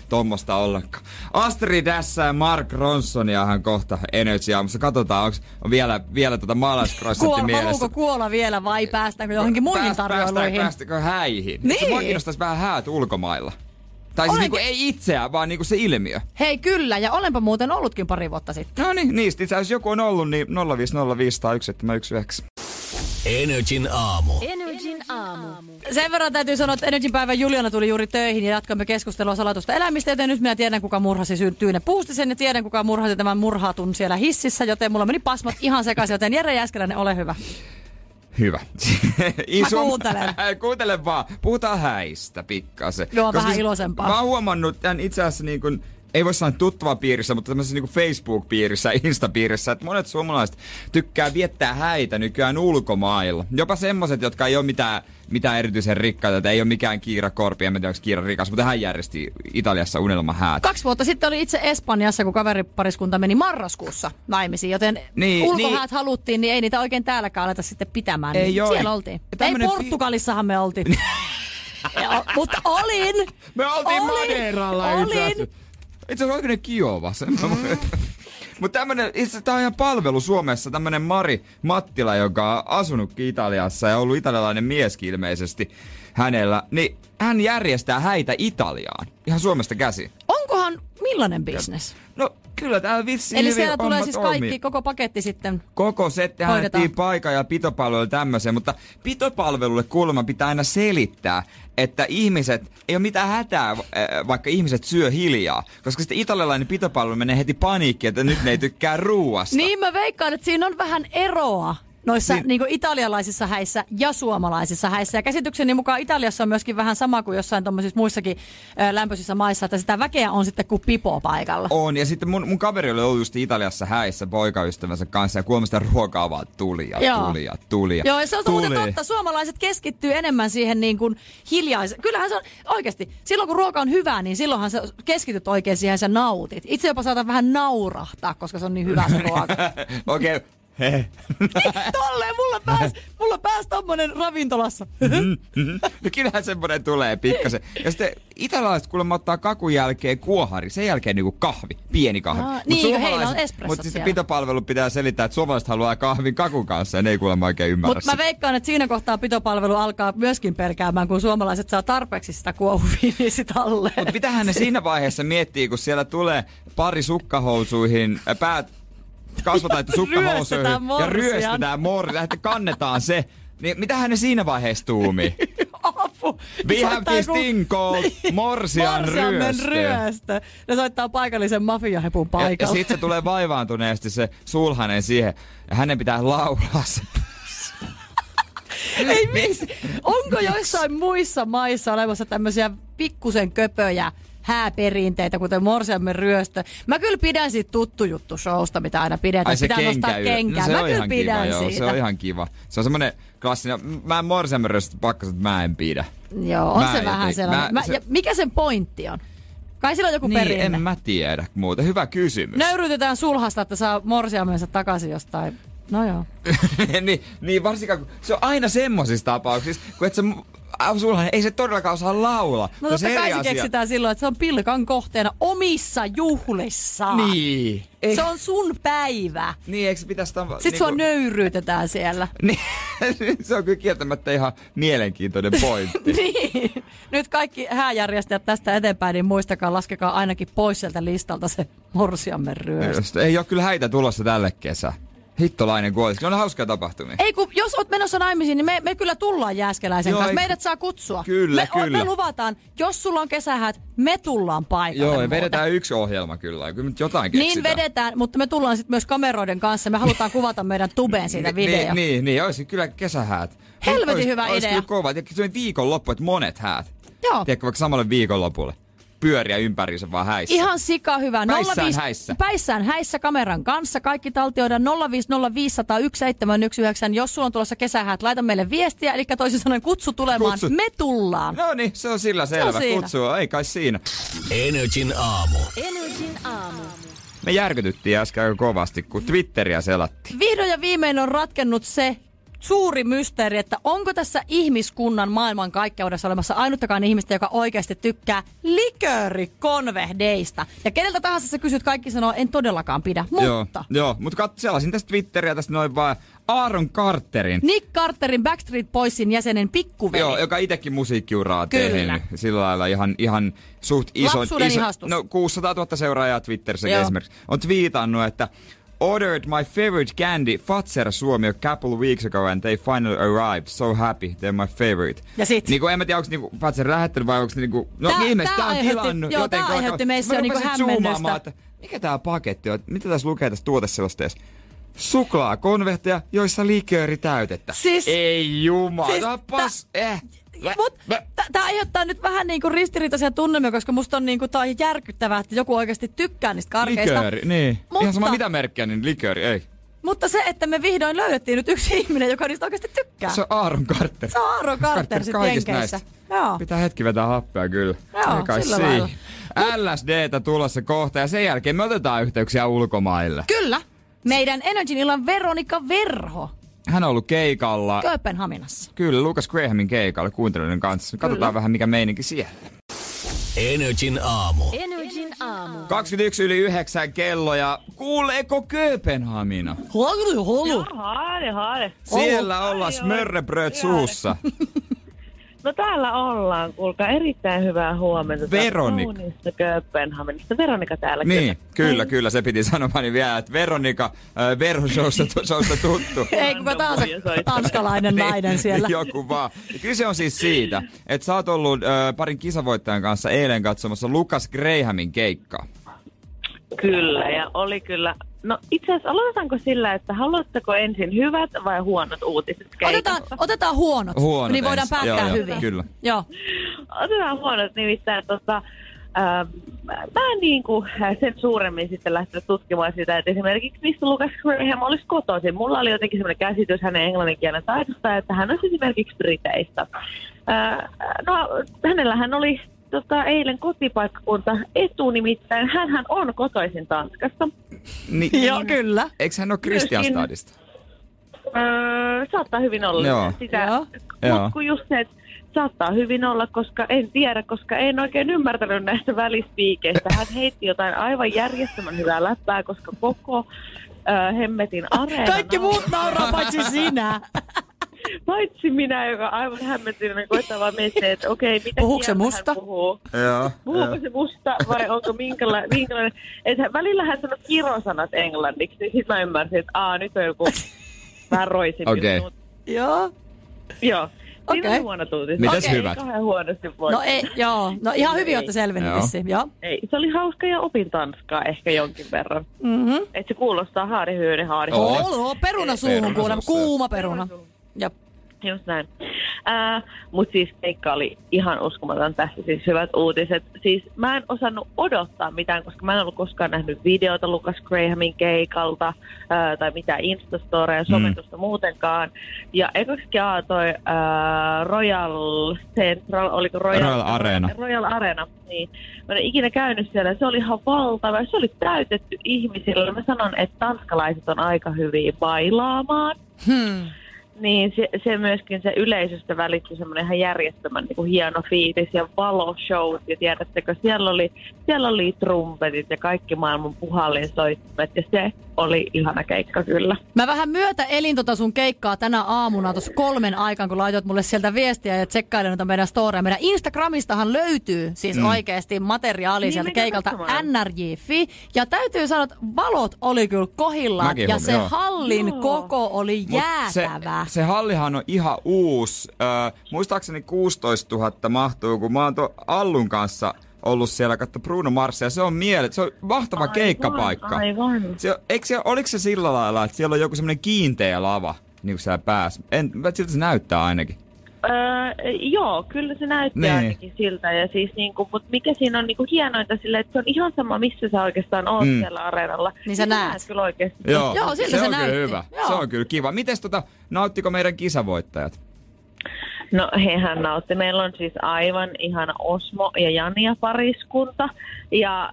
tommosta ollenkaan. Astrid tässä ja Mark Ronsoniahan kohta Energy Aamussa. Katsotaan, onko vielä, vielä tota maalaiskroissantti
Kuola,
mielessä.
haluuko kuola vielä vai päästäänkö johonkin muihin
Pääst- päästään-
tarjoiluihin?
Päästäkö häihin?
Niin.
Se mua kiinnostaisi vähän häät ulkomailla. Tai siis
Olenkin-
niinku, ei itseään, vaan niinku se ilmiö.
Hei kyllä, ja olenpa muuten ollutkin pari vuotta sitten.
No niin, niistä itse asiassa joku on ollut, niin 0505 tai 1719.
Energin aamu.
Energin aamu.
Sen verran täytyy sanoa, että Energin päivän Juliana tuli juuri töihin ja jatkamme keskustelua salatusta elämistä, joten nyt minä tiedän, kuka murhasi sy- Tyyne Puustisen ja tiedän, kuka murhasi tämän murhaatun siellä hississä, joten mulla meni pasmat ihan sekaisin, joten Jere Jääskeläinen, ole hyvä.
Hyvä. Iso-
kuuntelen.
Kuuntele vaan. Puhutaan häistä pikkasen. siis
Joo, vähän iloisempaa.
Mä oon huomannut tämän itse asiassa niin kuin ei voi sanoa tuttava piirissä, mutta tämmöisessä niinku Facebook-piirissä, Insta-piirissä, että monet suomalaiset tykkää viettää häitä nykyään ulkomailla. Jopa semmoset, jotka ei ole mitään, mitään erityisen rikkaita, että ei ole mikään Kiira Korpi, en mä tiedä, onko Kiira rikas, mutta hän järjesti Italiassa unelmahäät.
Kaksi vuotta sitten oli itse Espanjassa, kun kaveripariskunta meni marraskuussa naimisiin, joten
Niin,
niin,
niin.
ulkohäät haluttiin, niin ei niitä oikein täälläkään aleta sitten pitämään.
Ei
niin
oo.
Siellä oltiin.
Ja
Ei,
tämmönen fi- Niin.
Portugalissahan me oltiin. Ja, mutta olin!
Me oltiin
olin,
Madeiralla itse asiassa.
Olin!
Itse asiassa oikein Kiova. Mm. Mutta tämmönen, itse tää on ihan palvelu Suomessa, tämmönen Mari Mattila, joka on asunutkin Italiassa ja ollut italialainen mieskin ilmeisesti hänellä, niin hän järjestää häitä Italiaan, ihan Suomesta käsi.
Onkohan millainen bisnes?
No kyllä täällä vissiin
Eli
hyvin
siellä tulee
hommat
siis
toimii.
kaikki, koko paketti sitten.
Koko setti
Hoidetaan.
annettiin paikan ja pitopalveluille tämmöiseen, mutta pitopalvelulle kuulemma pitää aina selittää, että ihmiset, ei ole mitään hätää, äh, vaikka ihmiset syö hiljaa. Koska sitten italialainen pitopalvelu menee heti paniikkiin, että nyt ne ei tykkää ruuasta.
Niin mä veikkaan, että siinä on vähän eroa noissa
Niin.
niin. Niin italialaisissa häissä ja suomalaisissa häissä. Ja käsitykseni mukaan Italiassa on myöskin vähän sama kuin jossain tuommoisissa muissakin ö, lämpöisissä maissa, että sitä väkeä on sitten kuin pipo paikalla.
On, ja sitten mun, mun kaveri oli ollut just Italiassa häissä poikaystävänsä kanssa, ja kuulemma sitä ruokaa vaan tuli ja
Joo.
tuli ja tuli ja
Joo, ja se on muuten
tuli.
totta. Suomalaiset keskittyy enemmän siihen niin kuin hiljaiseen. Kyllähän se on oikeasti, silloin kun ruoka on hyvää, niin silloinhan sä keskityt oikein siihen ja sä nautit. Itse jopa saatan vähän naurahtaa, koska se on niin hyvä se ruoka.
Okei, okay.
Tolleen mulla pääs, mulla pääs tommonen ravintolassa.
No kyllähän semmonen tulee pikkasen. Ja sitten italaiset kuulemma ottaa kakun jälkeen kuohari, sen jälkeen niinku kahvi, pieni kahvi.
Aa,
Mut
niin, kun heillä on
suomalaiset-
espressot
Mut sitten
siellä.
pitopalvelu pitää selittää, että suomalaiset haluaa kahvin kakun kanssa ja ne ei kuulemma oikein ymmärrä
Mutta mä
sitä.
veikkaan, että siinä kohtaa pitopalvelu alkaa myöskin perkäämään, kun suomalaiset saa tarpeeksi sitä kuohuviiniä alle.
Mut mitähän ne siinä vaiheessa miettii, kun siellä tulee pari sukkahousuihin, äh, päät kasvataitu sukkahousuihin
Ryöstetään
ja
morsian.
ryöstetään morri, ja sitten kannetaan se. Niin mitähän ne siinä vaiheessa tuumii?
Apu.
We
Ne
have
soittaa
this
joku- Niin.
thing called morsian
Morsiamen
ryöstö.
ryöstö. Ne soittaa paikallisen mafiahepun
Ja,
paikalle.
ja sit se tulee vaivaantuneesti se sulhanen siihen. Ja hänen pitää laulaa se.
Ei miksi. Onko joissain muissa maissa olemassa tämmöisiä pikkusen köpöjä hääperinteitä, kuten morsiamme ryöstö. Mä kyllä pidän siitä tuttu juttu showsta, mitä aina pidetään.
Ai se
Pitää nostaa
kenkä yö.
kenkää.
No, se
Mä
on
kyllä
ihan
pidän
kiva, joo,
siitä.
se on ihan kiva. Se on semmonen klassinen, m- mä en morsiameröstä pakkaset, mä en pidä.
Joo, on
Mä
se
en
vähän
jotenkin-
sellainen.
mä-
Mä,
se-
ja mikä sen pointti on? Kai sillä on joku
Niin,
perinne.
en mä tiedä muuta. Hyvä
No
kysymys.
Nöyrytetään sulhasta, että saa morsiamensa takaisin jostain. No joo.
niin, niin varsinkaan, kun se on aina semmosissa tapauksissa, kun et sä, äh, sulhanen, ei se todellakaan osaa laulaa.
No
Se on
totta
eri
kai se
asia.
keksitään silloin, että se on pilkan kohteena omissa juhlissaan.
Niin. Ei,
Se on sun päivä.
Niin, eikö se pitäisi... Tam- niinku-
Sitten sua nöyryytetään siellä.
niin, se on kyllä kieltämättä ihan mielenkiintoinen pointti.
Niin. Nyt kaikki hääjärjestäjät tästä eteenpäin, niin muistakaa, laskekaa ainakin pois sieltä listalta se morsiamme ryöstö.
Just. Ei ole kyllä häitä tulossa tälle kesä. Hittolainen kuoli. Ne on hauskoja tapahtumia.
Ei kun, jos oot menossa naimisiin, niin me, me kyllä tullaan Jääskeläisen
Joo,
kanssa.
ei-
Meidät saa kutsua.
Kyllä,
me, o-
kyllä.
Me luvataan, jos sulla on kesähät, me tullaan paikalle.
Joo, ja
muuten.
vedetään yksi ohjelma kyllä. Kyllä nyt jotain
Niin
keksitään.
vedetään, mutta me tullaan sitten myös kameroiden kanssa. Me halutaan kuvata meidän tubeen siitä
Ni-
video.
Niin, niin, niin olisi kyllä kesähäät.
Helvetin
Olis-
hyvä
olis
idea. Oh.
kyllä kova. Tiedätkö, se on viikonloppu, että monet häät.
Joo.
Tiedätkö, vaikka samalle viikonlopulle. Pyöriä ympäriinsä vaan häissä.
Ihan sika hyvä.
Päissään häissä.
Päissään häissä kameran kanssa. Kaikki taltioidaan 050501719. Jos sulla on tulossa kesähäät, laita meille viestiä. Eli toisin sanoen kutsu tulemaan.
Kutsu.
Me tullaan.
No niin, se on sillä selvä.
siinä.
Kutsua, ei kai siinä.
Energin aamu.
Energin aamu.
Me järkytyttiin äsken aika kovasti, kun Twitteriä selattiin.
Vihdoin ja viimein on ratkennut se suuri mysteeri, että onko tässä ihmiskunnan maailman kaikkeudessa olemassa ainuttakaan ihmistä, joka oikeasti tykkää liköörikonvehdeista. Ja keneltä tahansa sä kysyt, kaikki sanoo, en todellakaan pidä, mutta...
Joo, joo mutta kat, selasin tästä Twitteriä tästä noin vaan Aaron Carterin.
Nick Carterin Backstreet Boysin jäsenen pikkuveli.
Joo, joka itsekin musiikkiuraa
Kyllä.
tehnyt. Sillä lailla ihan, ihan suht iso.
Lapsuuden
iso
ihastus.
no 600 000 seuraajaa Twitterissä
Joo.
esimerkiksi. On twiitannut, että Ordered my favorite candy, Fatser Suomi, a couple weeks ago and they finally arrived. So happy, they're my favorite.
Ja sit?
Niinku, en mä tiedä, onks niinku Fatser lähettänyt vai onks niinku... No
Tää-
tää, ihmeessä,
tää
tää, on
aiheutti-
tilannut.
joo,
jotenkin
tää aiheutti
alkaa-
meissä
Mä
jo niinku
rupesin zoomaamaan,
hämmennystä.
että mikä tää paketti on? Mitä tässä lukee tässä tuoteselosteessa? Suklaakonvehteja, joissa liikööri täytettä.
Siis-
Ei jumala,
siis
pas, eh.
Mut tämä aiheuttaa nyt vähän niinku ristiriitaisia tunnelmia, koska musta on niinku, tää on järkyttävää, että joku oikeasti tykkää niistä karkeista.
Likööri, niin. Mutta... Ihan sama
Mutta-
mitä merkkiä, niin likööri, ei.
Mutta se, että me vihdoin löydettiin nyt yksi ihminen, joka niistä oikeasti tykkää.
Se on Aaron Carter.
Se on Aaro Carter sit
kaikista
Jenkeissä.
näistä.
Joo.
Pitää hetki vetää happea kyllä.
Joo,
Ei kai
sillä
siinä.
lailla.
LSDtä tulossa kohta ja sen jälkeen me otetaan yhteyksiä ulkomaille.
Kyllä. Meidän Energyn illan Veronika Verho
Hän on ollut keikalla.
Kööpenhaminassa.
Kyllä, Lucas Grahamin keikalla kuuntelijoiden kanssa. Katsotaan
Kyllä.
vähän, mikä meininki siellä.
Energin aamu.
Energin aamu.
21 yli 9 kello ja kuuleeko Kööpenhamina?
Holu, holu.
Haare, haare.
Siellä ollaan
Ai,
smörrebröt
joo.
suussa.
No täällä ollaan, kuulkaa. Erittäin hyvää huomenta. Täällä
Veronika.
Kauniista Kööpenhaminasta. Veronika täällä.
Niin, kyllä, kyllä, se piti sanoa niin vielä, että Veronika äh, Verhoshowsta showsta tuttu. Niin,
Ei kuka tahansa tanskalainen nainen siellä.
Joku vaan. Ja Kyse on siis siitä, että sä oot ollut äh, parin kisavoittajan kanssa eilen katsomassa Lukas Grahamin keikkaa.
Kyllä, ja oli kyllä. No itse asiassa aloitanko sillä, että haluatteko ensin hyvät vai huonot uutiset keikasta?
Otetaan, otetaan huonot,
Huonot
niin voidaan
ensin.
päättää
Joo, joo,
hyvin.
kyllä.
Joo.
Otetaan huonot nimittäin. Tota, ää, mä en niin kuin sen suuremmin sitten lähtenyt tutkimaan sitä, että esimerkiksi mistä Lucas Graham olisi kotoisin. Mulla oli jotenkin sellainen käsitys hänen englanninkielen taidosta, että hän olisi esimerkiksi Briteistä. Ää, no, hänellähän oli tota, eilen kotipaikkakunta etu nimittäin. Hänhän on kotoisin Tanskasta.
Niin,
Joo, kyllä.
Eikö hän ole Kristianstadista?
Öö, saattaa hyvin olla
Joo.
sitä.
Joo.
Joo.
Mutta kun just se, että saattaa hyvin olla, koska en tiedä, koska en oikein ymmärtänyt näistä välispiikeistä. Hän heitti jotain aivan järjestelmän hyvää läppää, koska koko öö, hemmetin areena...
Ah, Kaikki muut nauraa paitsi sinä.
Paitsi minä, joka aivan hämmentyneenä koittaa vaan miettiä, että okei, mitä
Puhuuko se
kieltä hän
musta?
Puhuu.
Joo.
Uh,
Puhuuko se musta vai onko minkäla- minkälainen? Että välillä hän sanoi kirosanat englanniksi, niin sitten mä ymmärsin, että aa, nyt on joku vähän roisin
Okei.
juttu,
Joo.
Joo. Siinä
Okei.
okay. huono tunti.
Mitäs
Okei,
hyvät?
Kauhean huonosti voi.
No ei, joo. No ihan hyvin
Ei.
olette selvinnyt
Joo.
vissiin. Joo.
ei. Se oli hauska ja opin tanskaa ehkä jonkin verran.
Mm-hmm.
Et se kuulostaa haarihyöni haari.
Joo.
Olo, peruna suuhun
Peruna
kuulemma.
suussa.
Kuuma peruna. Jep.
Just näin. Äh, Mutta siis keikka oli ihan uskomaton tässä, siis hyvät uutiset. Siis mä en osannut odottaa mitään, koska mä en ollut koskaan nähnyt videota Lucas Grahamin keikalta äh, tai mitään Instastoreja, sometusta mm. muutenkaan. Ja ekaksi toi äh, Royal Central, oliko Royal,
Royal Arena.
Royal Arena, niin. Mä en ole ikinä käynyt siellä, se oli ihan valtava. Se oli täytetty ihmisillä. Mä sanon, että tanskalaiset on aika hyviä bailaamaan.
Hmm.
Niin, se, se myöskin se yleisöstä välittyi semmoinen ihan järjettömän niin kuin hieno fiilis ja valoshowt. Ja tiedättekö, siellä oli, siellä oli trumpetit ja kaikki maailman puhallinsoittimet ja se oli ihana keikka kyllä.
Mä vähän myötä elin tota sun keikkaa tänä aamuna tuossa kolmen aikaan, kun laitoit mulle sieltä viestiä ja tsekkailen noita meidän storeja. Meidän Instagramistahan löytyy siis mm. oikeasti materiaalia
Niin,
sieltä
menkää
keikalta
katsomaan.
nrj.fi. Ja täytyy sanoa, että valot oli kyllä kohillaan
Mäkin
ja
huomasin,
se
joo.
hallin
Joo.
koko oli
Mut se,
jäätävä.
se hallihan on ihan uusi. Ö, muistaakseni 16 000 mahtuu, kun mä oon tuon Allun kanssa ollut siellä, katso Bruno Mars, ja se on mielet, se on mahtava aivan, keikkapaikka.
aivan.
Se, eikö se, oliko se sillä lailla, että siellä on joku semmoinen kiinteä lava, niin kuin siellä pääs? En, siltä se näyttää ainakin.
Öö, joo, kyllä se näyttää
Niin.
niin. ainakin siltä. Ja siis niin kuin, mutta mikä siinä on niin kuin hienointa sille, että se on ihan sama, missä sä oikeastaan oot
Mm.
mm. siellä areenalla.
Niin sä näet.
kyllä oikeasti.
Joo,
Joo, siltä
se,
se
on kyllä
näytti.
hyvä.
Joo.
Se on kyllä kiva. Mites tota, nauttiko meidän kisavoittajat?
No hehän nautti. Meillä on siis aivan ihana Osmo ja Jania pariskunta. Ja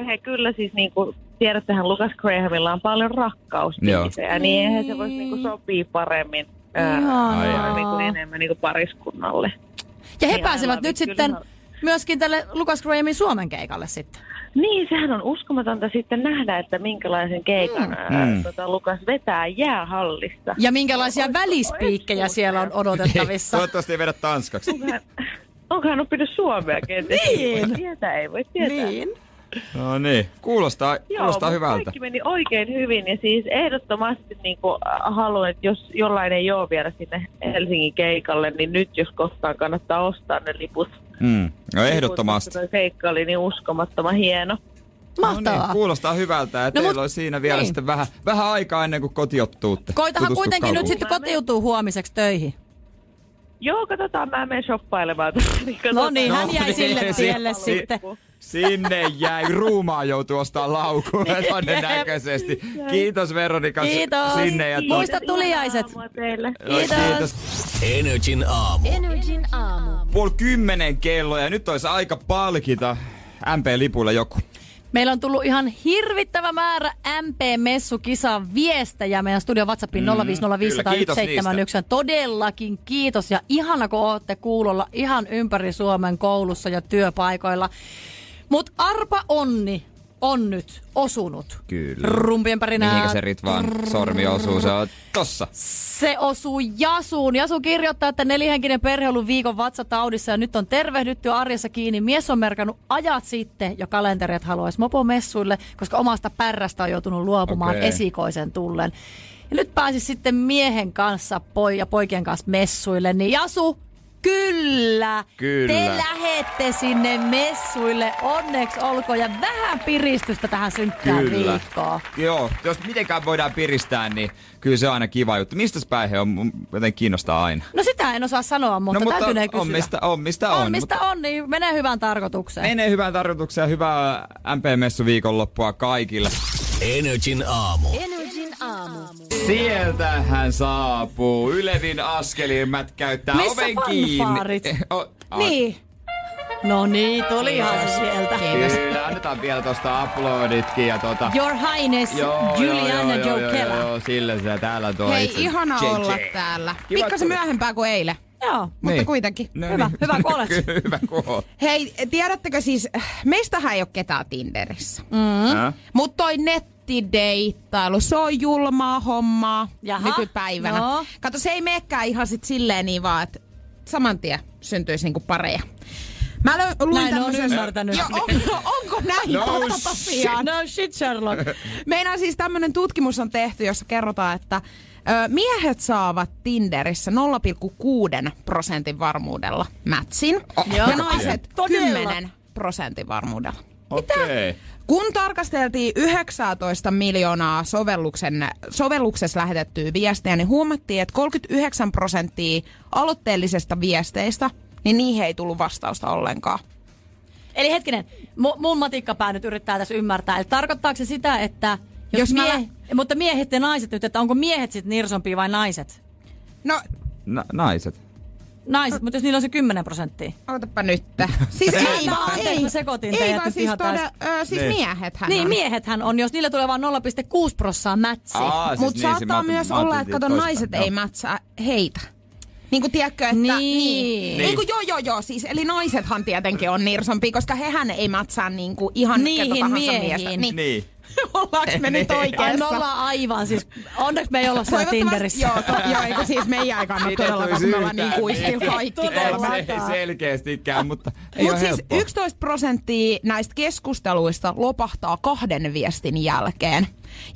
äh, he kyllä siis niin kuin tiedättehän Lucas Grahamilla on paljon rakkausbiisejä, niin eihän se voisi niin kuin sopii paremmin. äh,
Ihanaa.
paremmin kuin enemmän niin kuin pariskunnalle.
Ja he
Ihan
pääsevät nyt
kyllä.
sitten myöskin tälle Lukas Grahamin Suomen keikalle sitten.
Niin, sehän on uskomatonta sitten nähdä, että minkälaisen keikan
Mm.
mm. tota, Lukas vetää jäähallista.
Ja minkälaisia välispiikkejä siellä on odotettavissa.
Toivottavasti ei vedä tanskaksi.
Onko hän oppinut suomea kenties?
Niin.
Ei Tietää, ei voi tietää.
Niin.
No niin, kuulostaa, kuulostaa
mutta
hyvältä.
kaikki meni oikein hyvin ja siis ehdottomasti niin kuin haluan, että jos jollain ei ole vielä sinne Helsingin keikalle, niin nyt jos koskaan kannattaa ostaa ne liput.
Mm. No ehdottomasti.
Liput, koska toi keikka oli niin uskomattoman hieno.
Mahtavaa.
No niin, kuulostaa hyvältä ja no,
No
teillä
mut-
on siinä vielä niin.
niin.
sitten vähän, vähän aikaa ennen kuin kotiottuutte.
Koitahan kuitenkin nyt sitten kotiutuu huomiseksi töihin.
Joo, katsotaan, mä menen shoppailemaan. tässä, niin
No
katsotaan.
niin, hän jäi sille
si-
tielle
si-
sitten.
Sinne jäi. Ruumaa joutuu ostamaan laukulle todennäköisesti. Kiitos Veronika s-
Kiitos.
sinne ja
Kiitos. Muista tuliaiset.
Ihanaa aamua teille.
Kiitos.
Energin aamu.
Energin aamu.
Puoli kymmenen kello ja nyt olisi aika palkita MP-lipulla joku.
Meillä on tullut ihan hirvittävä määrä MP-messukisan viestejä meidän studio WhatsAppiin
Mm, kyllä, kiitos
050501719. Todellakin kiitos ja ihana kun olette kuulolla ihan ympäri Suomen koulussa ja työpaikoilla. Mutta arpa onni on nyt osunut.
Kyllä.
Rumpien pärinää.
Mihinkä se Ritvaan sormi osuu? Se on tossa.
Se osuu Jasuun. Jasu kirjoittaa, että nelihenkinen perhe on ollut viikon vatsataudissa ja nyt on tervehdytty arjessa kiinni. Mies on merkannut ajat sitten jo kalenteri, että haluaisi mopomessuille, koska omasta pärrästä on joutunut luopumaan
Okei.
okay. esikoisen tullen. Ja nyt pääsis sitten miehen kanssa poi ja poikien kanssa messuille, niin Jasu, kyllä,
Kyllä.
te lähette sinne messuille. Onneksi olkoon ja vähän piristystä tähän synkkään viikkoon.
Joo, jos mitenkään voidaan piristää, niin kyllä se on aina kiva juttu. Mistä päin he on? Mun jotenkin kiinnostaa aina.
No sitä en osaa sanoa, mutta,
no, mutta
täytyy ne
on,
kysyä.
on, mistä on, mistä on.
on, mistä on, niin menee hyvään tarkoitukseen.
Menee hyvää tarkoituksia, hyvää MP-messu viikonloppua kaikille.
Energin aamu.
Energin aamu.
Sieltä hän saapuu. Ylevin askelin mätkäyttää
Missä
oven
fanfaarit?
kiinni. Eh, o- ai,
Niin. No niin, tulihan se sieltä.
Kyllä, Niin. annetaan vielä tosta aploditkin ja tota...
Your Highness Juliana Jokela.
joo, sillä se täällä toi
Hei,
itse-
ihana
JJ.
olla täällä.
Kiva,
Pikkasen
että- Niin.
myöhempää kuin eilen.
Joo.
mutta kuitenkin.
Hyvä, hyvä, kun olet.
Kyllä, hyvä kun olet.
Hei, tiedättekö siis, meistähän ei ole ketään Tinderissä.
Mm.
Mutta toi nettideittailu, se on julmaa hommaa
Jaha,
nykypäivänä.
no.
Kato, se ei meekään ihan sit silleen niin vaan, että saman tien syntyisi niinku pareja. Mä lö- luin
Näin on
tämmösen-
ymmärtänyt.
Joo, on, onko näin
No
totta
shit.
tosiaan?
No shit, Sherlock.
Meidän siis tämmöinen tutkimus on tehty, jossa kerrotaan, että ö, miehet saavat Tinderissä 0,6 prosentin varmuudella mätsin
Oh,
Joo.
ja naiset
Todella.
10 prosentin varmuudella.
Okei.
Kun tarkasteltiin 19 miljoonaa sovelluksen, sovelluksessa lähetettyä viestejä, niin huomattiin, että 39 prosenttia aloitteellisesta viesteistä, niin niihin ei tullut vastausta ollenkaan.
Eli hetkinen, mu- mun matikkapää nyt yrittää tässä ymmärtää. Eli tarkoittaako se sitä, että jos,
Jos mä
mie-
lä-
mutta miehet ja naiset nyt, että onko miehet sitten nirsompia vai naiset?
No,
Na- naiset.
Naiset, mutta jos niillä on se 10 prosenttia.
Ootapa nyt. Siis
Mä-
ei
mä-
vaan,
anteeksi,
ei.
mä sekoitin
ei
teidät
vaan
nyt
siis,
ihan täysin.
todella, ö, siis
Niin.
miehethän
Niin,
on.
miehethän on, jos niillä tulee vain 0,6 prossaa mätsi.
Aa, siis
Mutta
niin, se- mä
saattaa
ajattelin-
myös
mä ajattelin
olla, että kato,
toisinpäin,
naiset
joo.
ei mätsää heitä. Niin kuin tiedätkö, että...
Niin. Niin.
Ei kun joo, joo, joo, siis. Eli naisethan tietenkin on nirsompia, koska hehän ei mätsää niin kuin ihan
Niihin
ketä tahansa
miehiin.
miestä. Niin.
Niin.
Ollaanko me nyt
Ai me
oikeassa?
ollaan aivan siis, onneksi me ei olla siellä
Toivottavasti-
Tinderissä.
Joo, to, joo, eikö siis meidän aikana
Siitä ei
todellakaan,
tulisi
kun me ollaan
yhtään
niin kuistil
mitään.
kaikki
Todella.
kolme.
Se ei selkeästikään, mutta ei
Mutta
ole
siis
helppoa.
11 prosenttia näistä keskusteluista lopahtaa kahden viestin jälkeen.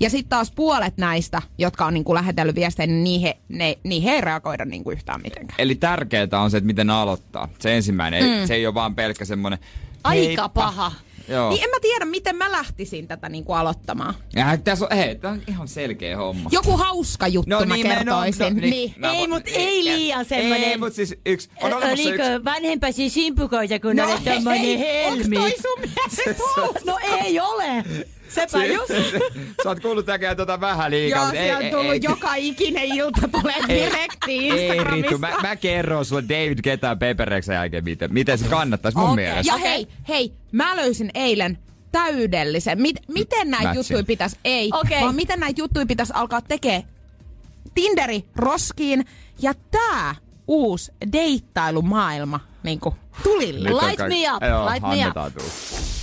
Ja sitten taas puolet näistä, jotka on niinku lähetellyt viestejä, niin niihin, ne, niihin ei reagoida niinku yhtään mitenkään.
Eli tärkeää on se, että miten aloittaa. Se ensimmäinen, mm. se ei ole vaan pelkkä semmonen...
Aika
"Heippa."
paha.
Joo.
Niin en mä tiedä, miten mä lähtisin tätä niinku aloittamaan.
Ja, Äh, tässä on, hei, tää on ihan selkeä homma.
Joku hauska juttu no, mä
niin, en oo-
kertoisin.
no,
Ei,
voin-
mut ei liian semmonen-
Ei, mut siis yksi... On olemassa yksi...
vanhempasi simpukoita,
No
kun
No
niin,
onks toi sun mielestä hauska?
No ei ole. Sepä just.
Sä oot kuullut näköjään tota vähän liikaa.
Joo,
mut ei-
siellä on
ei-
tullut
ei-
joka ikinen ilta tulee direktiin
Ei Ritu,
Instagramista.
mä, mä kerron sulle David ketään Pepereksen jälkeen, miten, miten se kannattaisi mun
Okei.
mielestä.
Ja hei, hei, mä löysin eilen täydellisen. Mit, miten näitä
Matchin.
juttuja pitäisi, ei,
Okei.
vaan miten näitä juttuja pitäisi alkaa tekee Tinderi roskiin ja tää uusi deittailumaailma niin kuin, tulille.
Nyt on
Light
kaik-
me up,
Joo,
light me
annetaan tulla.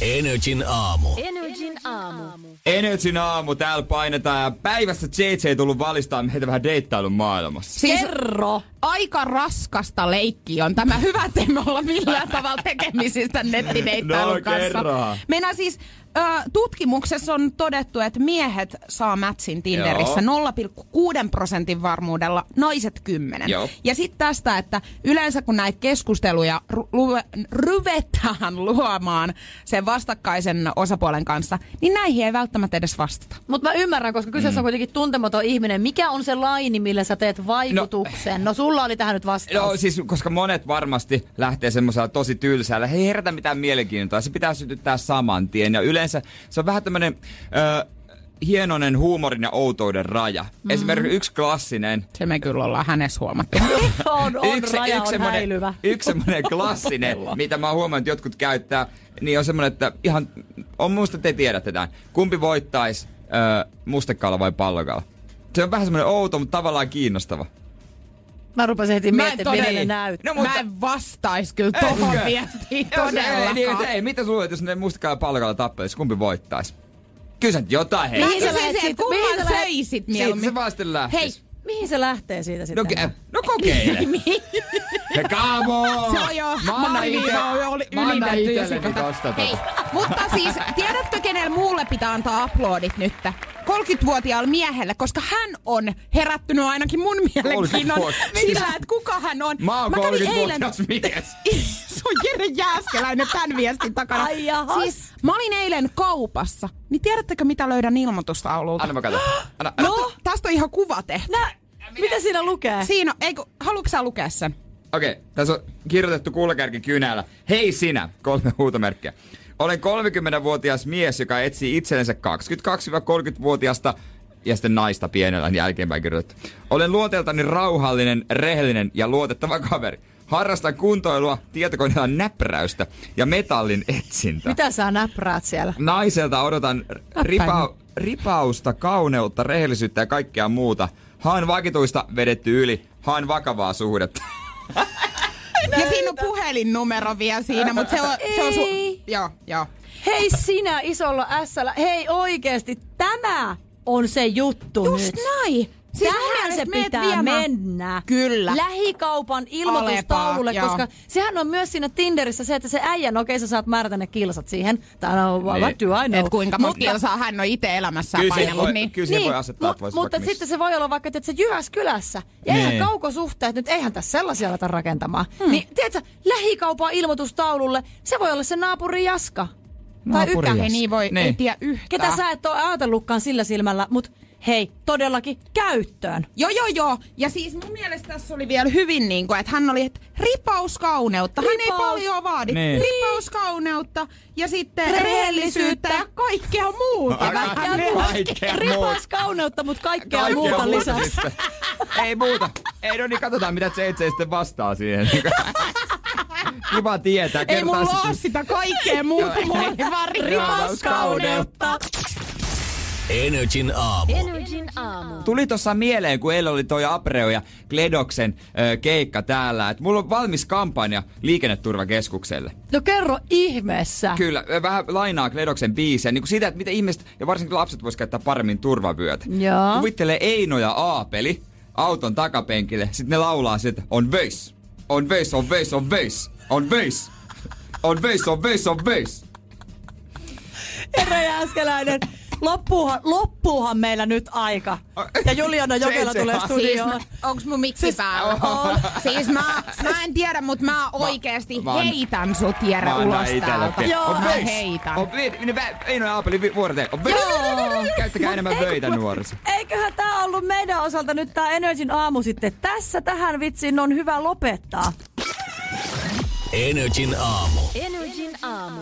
Energin aamu.
Energin aamu.
Energin aamu täällä painetaan ja päivässä JJ ei tullut valistaa meitä vähän deittailun maailmassa.
Siis
Kerro.
aika raskasta leikkiä on tämä. Hyvä, ettei me olla millään tavalla tekemisistä nettideittailun
No,
kanssa.
kerrohan.
Meinaa siis ö, tutkimuksessa on todettu, että miehet saa mätsin Tinderissä
Joo.
0,6 prosentin varmuudella, naiset 10.
Joo.
Ja sitten tästä, että yleensä kun näitä keskusteluja ru- lu- ruvetaan luomaan sen vastakkaisen osapuolen kanssa, niin näihin ei välttämättä edes vastata.
Mutta mä ymmärrän, koska kyseessä on
Mm.
kuitenkin tuntematon ihminen. Mikä on se laini, millä sä teet vaikutuksen? No, no sulla oli tähän nyt vastaus.
No siis, koska monet varmasti lähtee semmoisella tosi tylsällä, hei herätä mitään mielenkiintoa, se pitää sytyttää saman tien. Ja yleensä se on vähän tämmönen ö, hienoinen huumorin ja outouden raja. Mm-hmm. Esimerkiksi yksi klassinen,
Se me kyllä ollaan hänessä huomattu.
No, on, on,
yksi,
yksi, raja
yksi
on
semmonen-
häilyvä.
Yksi semmoinen klassinen, mitä mä oon huomannut, että jotkut käyttää, niin on semmoinen, että ihan, on muista te tiedätte tämän. Kumpi voittais ö, mustekala vai pallokala? Se on vähän semmoinen outo, mutta tavallaan kiinnostava.
Mä rupesin heti
Mä en
miettimään, mitä
todella-
ne näyttää.
No,
No,
mutta-
mutta... Mä en vastaisi kyllä tuohon
Eikö?
viestiin
Jos- Ei, niin,
todellakaan.
ei, mitä sä luulet, jos ne mustakalla ja pallokalla tappelis, kumpi voittais? Kyllä sä nyt jotain hei.
Mihin
Mihin
sä
sä
lähet
lähet
siitä?
siitä?
Mihin sä
Kumman
lähet-
söisit
Siitä
mieluummin?
se vaan sitten
Hei,
lähtis.
Mihin se lähtee siitä
No,
sitten?
ke- no kokeile. Ja kaamo!
Se on jo-
Mä annan
maaliviiva
ite-
on jo oli-
mä annan
ylitetty jo
itelleni
sikata.
tosta tota.
Hei, mutta siis tiedätkö, kenelle muulle pitää antaa aplodit nyt? 30-vuotiaalle miehelle, koska hän on herättynyt ainakin mun
30
mielenkiinnon
vuotta.
sillä, että kuka hän on.
Mä oon
kävin
30-vuotias mies.
Se on Jere Jääskeläinen tämän viestin takana.
Ai jahas.
Siis mä olin eilen kaupassa, niin tiedättekö mitä löydän ilmoitustaululta?
Anna mä katon. Anna, anna.
No, tästä on ihan kuva tehty.
Nä, mitä siinä lukee?
Siinä on, eikö, haluatko sä lukea sen?
Okei, okay, tässä on kirjoitettu kuulakärki kynällä. Hei sinä, kolme huutomerkkiä. Olen 30-vuotias mies, joka etsii itsellensä 22-30-vuotiasta ja sitten naista pienellä niin jälkeenpäin kirjoitettu. Olen luonteeltani rauhallinen, rehellinen ja luotettava kaveri. Harrastan kuntoilua, tietokoneella näpräystä ja metallin etsintä.
Mitä sä näpräät siellä?
Naiselta odotan ripa- ripausta, kauneutta, rehellisyyttä ja kaikkea muuta. Haen vakituista vedetty yli, haen vakavaa suhdetta.
Ja siinä on puhelinnumero vielä siinä, mutta se on, se on
Ei.
sun... Joo, joo.
Hei sinä isolla ässällä. Hei oikeesti, tämä on se juttu
Just
nyt.
näin. Siis mun
Tähän se
mielestä meet
pitää
viemään-
mennä.
Kyllä.
Lähikaupan ilmoitustaululle,
Alepaa, joo.
koska sehän on myös siinä Tinderissä se, että se äijän, okei sä saat määrätä ne kilsat siihen. Tai no,
Niin.
what do I know?
Et kuinka monta kilsaa hän on itse elämässään
Kyllä se voi-
painanut. Niin.
kyllä siihen voi asettaa, että voisi
Mutta
vaikka
sitten se voi olla vaikka, että se Jyväskylässä. Ja
Niin.
eihän kaukosuhteet nyt, eihän tässä sellaisia aleta rakentamaan. Hmm. Niin, tiedätkö, lähikaupan ilmoitustaululle, se voi olla se naapuri Jaska. tai
Naapuri
Ykä.
Ei niin voi,
Niin.
ei tiedä yhtään.
Ketä sä et ole ajatellutkaan sillä silmällä, mutta hei, todellakin käyttöön.
Joo, joo, joo. Ja siis mun mielestä tässä oli vielä hyvin niin kuin, että hän oli, että ripaus kauneutta. Hän ei
Ripaus.
paljon vaadi.
Niin.
Ripaus kauneutta ja sitten
Rehellisyyttä.
rehellisyyttä ja kaikkea muuta.
No,
Vähän
älä-
niin.
Kaikkea
Ripas
muuta.
kauneutta, mutta kaikkea, muuta lisäksi.
sitten. Ei muuta. Ei, no niin katsotaan, mitä JJ sitten vastaa siihen. Kiva tietää.
Ei
kertaa
mulla
sitten-
oo sitä kaikkea muuta. Mulla oli vaan ripaus kauneutta.
Energin aamu.
Energin aamu.
Tuli tuossa mieleen, kun eilen oli toi Apreo ja Kledoksen ö, keikka täällä, että mulla on valmis kampanja liikenneturvakeskukselle.
No kerro ihmeessä.
Kyllä, ö, vähän lainaa Kledoksen biisiä, niin kuin sitä, että miten ihmiset ja varsinkin lapset vois käyttää paremmin turvavyötä.
Joo.
Kuvittelee Eino ja Aapeli auton takapenkille, sitten ne laulaa sitä, on veis, on veis, on veis, on veis, on veis, on veis, on veis, on veis.
Herra Jääskeläinen, loppuuhan, loppuuhan meillä nyt aika. Ja Juliana Jokela
Se- se-
tulee
se-
Siis,
studioon.
onks mun mikki päällä? On. Siis mä, mä en tiedä, mutta mä oikeesti
mä
mä,
oon-
heitän sut Jere
Mä
ulos
annan itelle
täältä.
pieni-
Joo,
on
mä
veis.
heitän.
On veis. Ne vä- Eino ja Aapeli vi- vuorotellen. On veis. Käyttäkää enemmän vöitä nuoriso.
Eiköhän tää ollut meidän osalta nyt tää Energin aamu sitten. Tässä tähän vitsiin on hyvä lopettaa.
Energin aamu.
Energin aamu.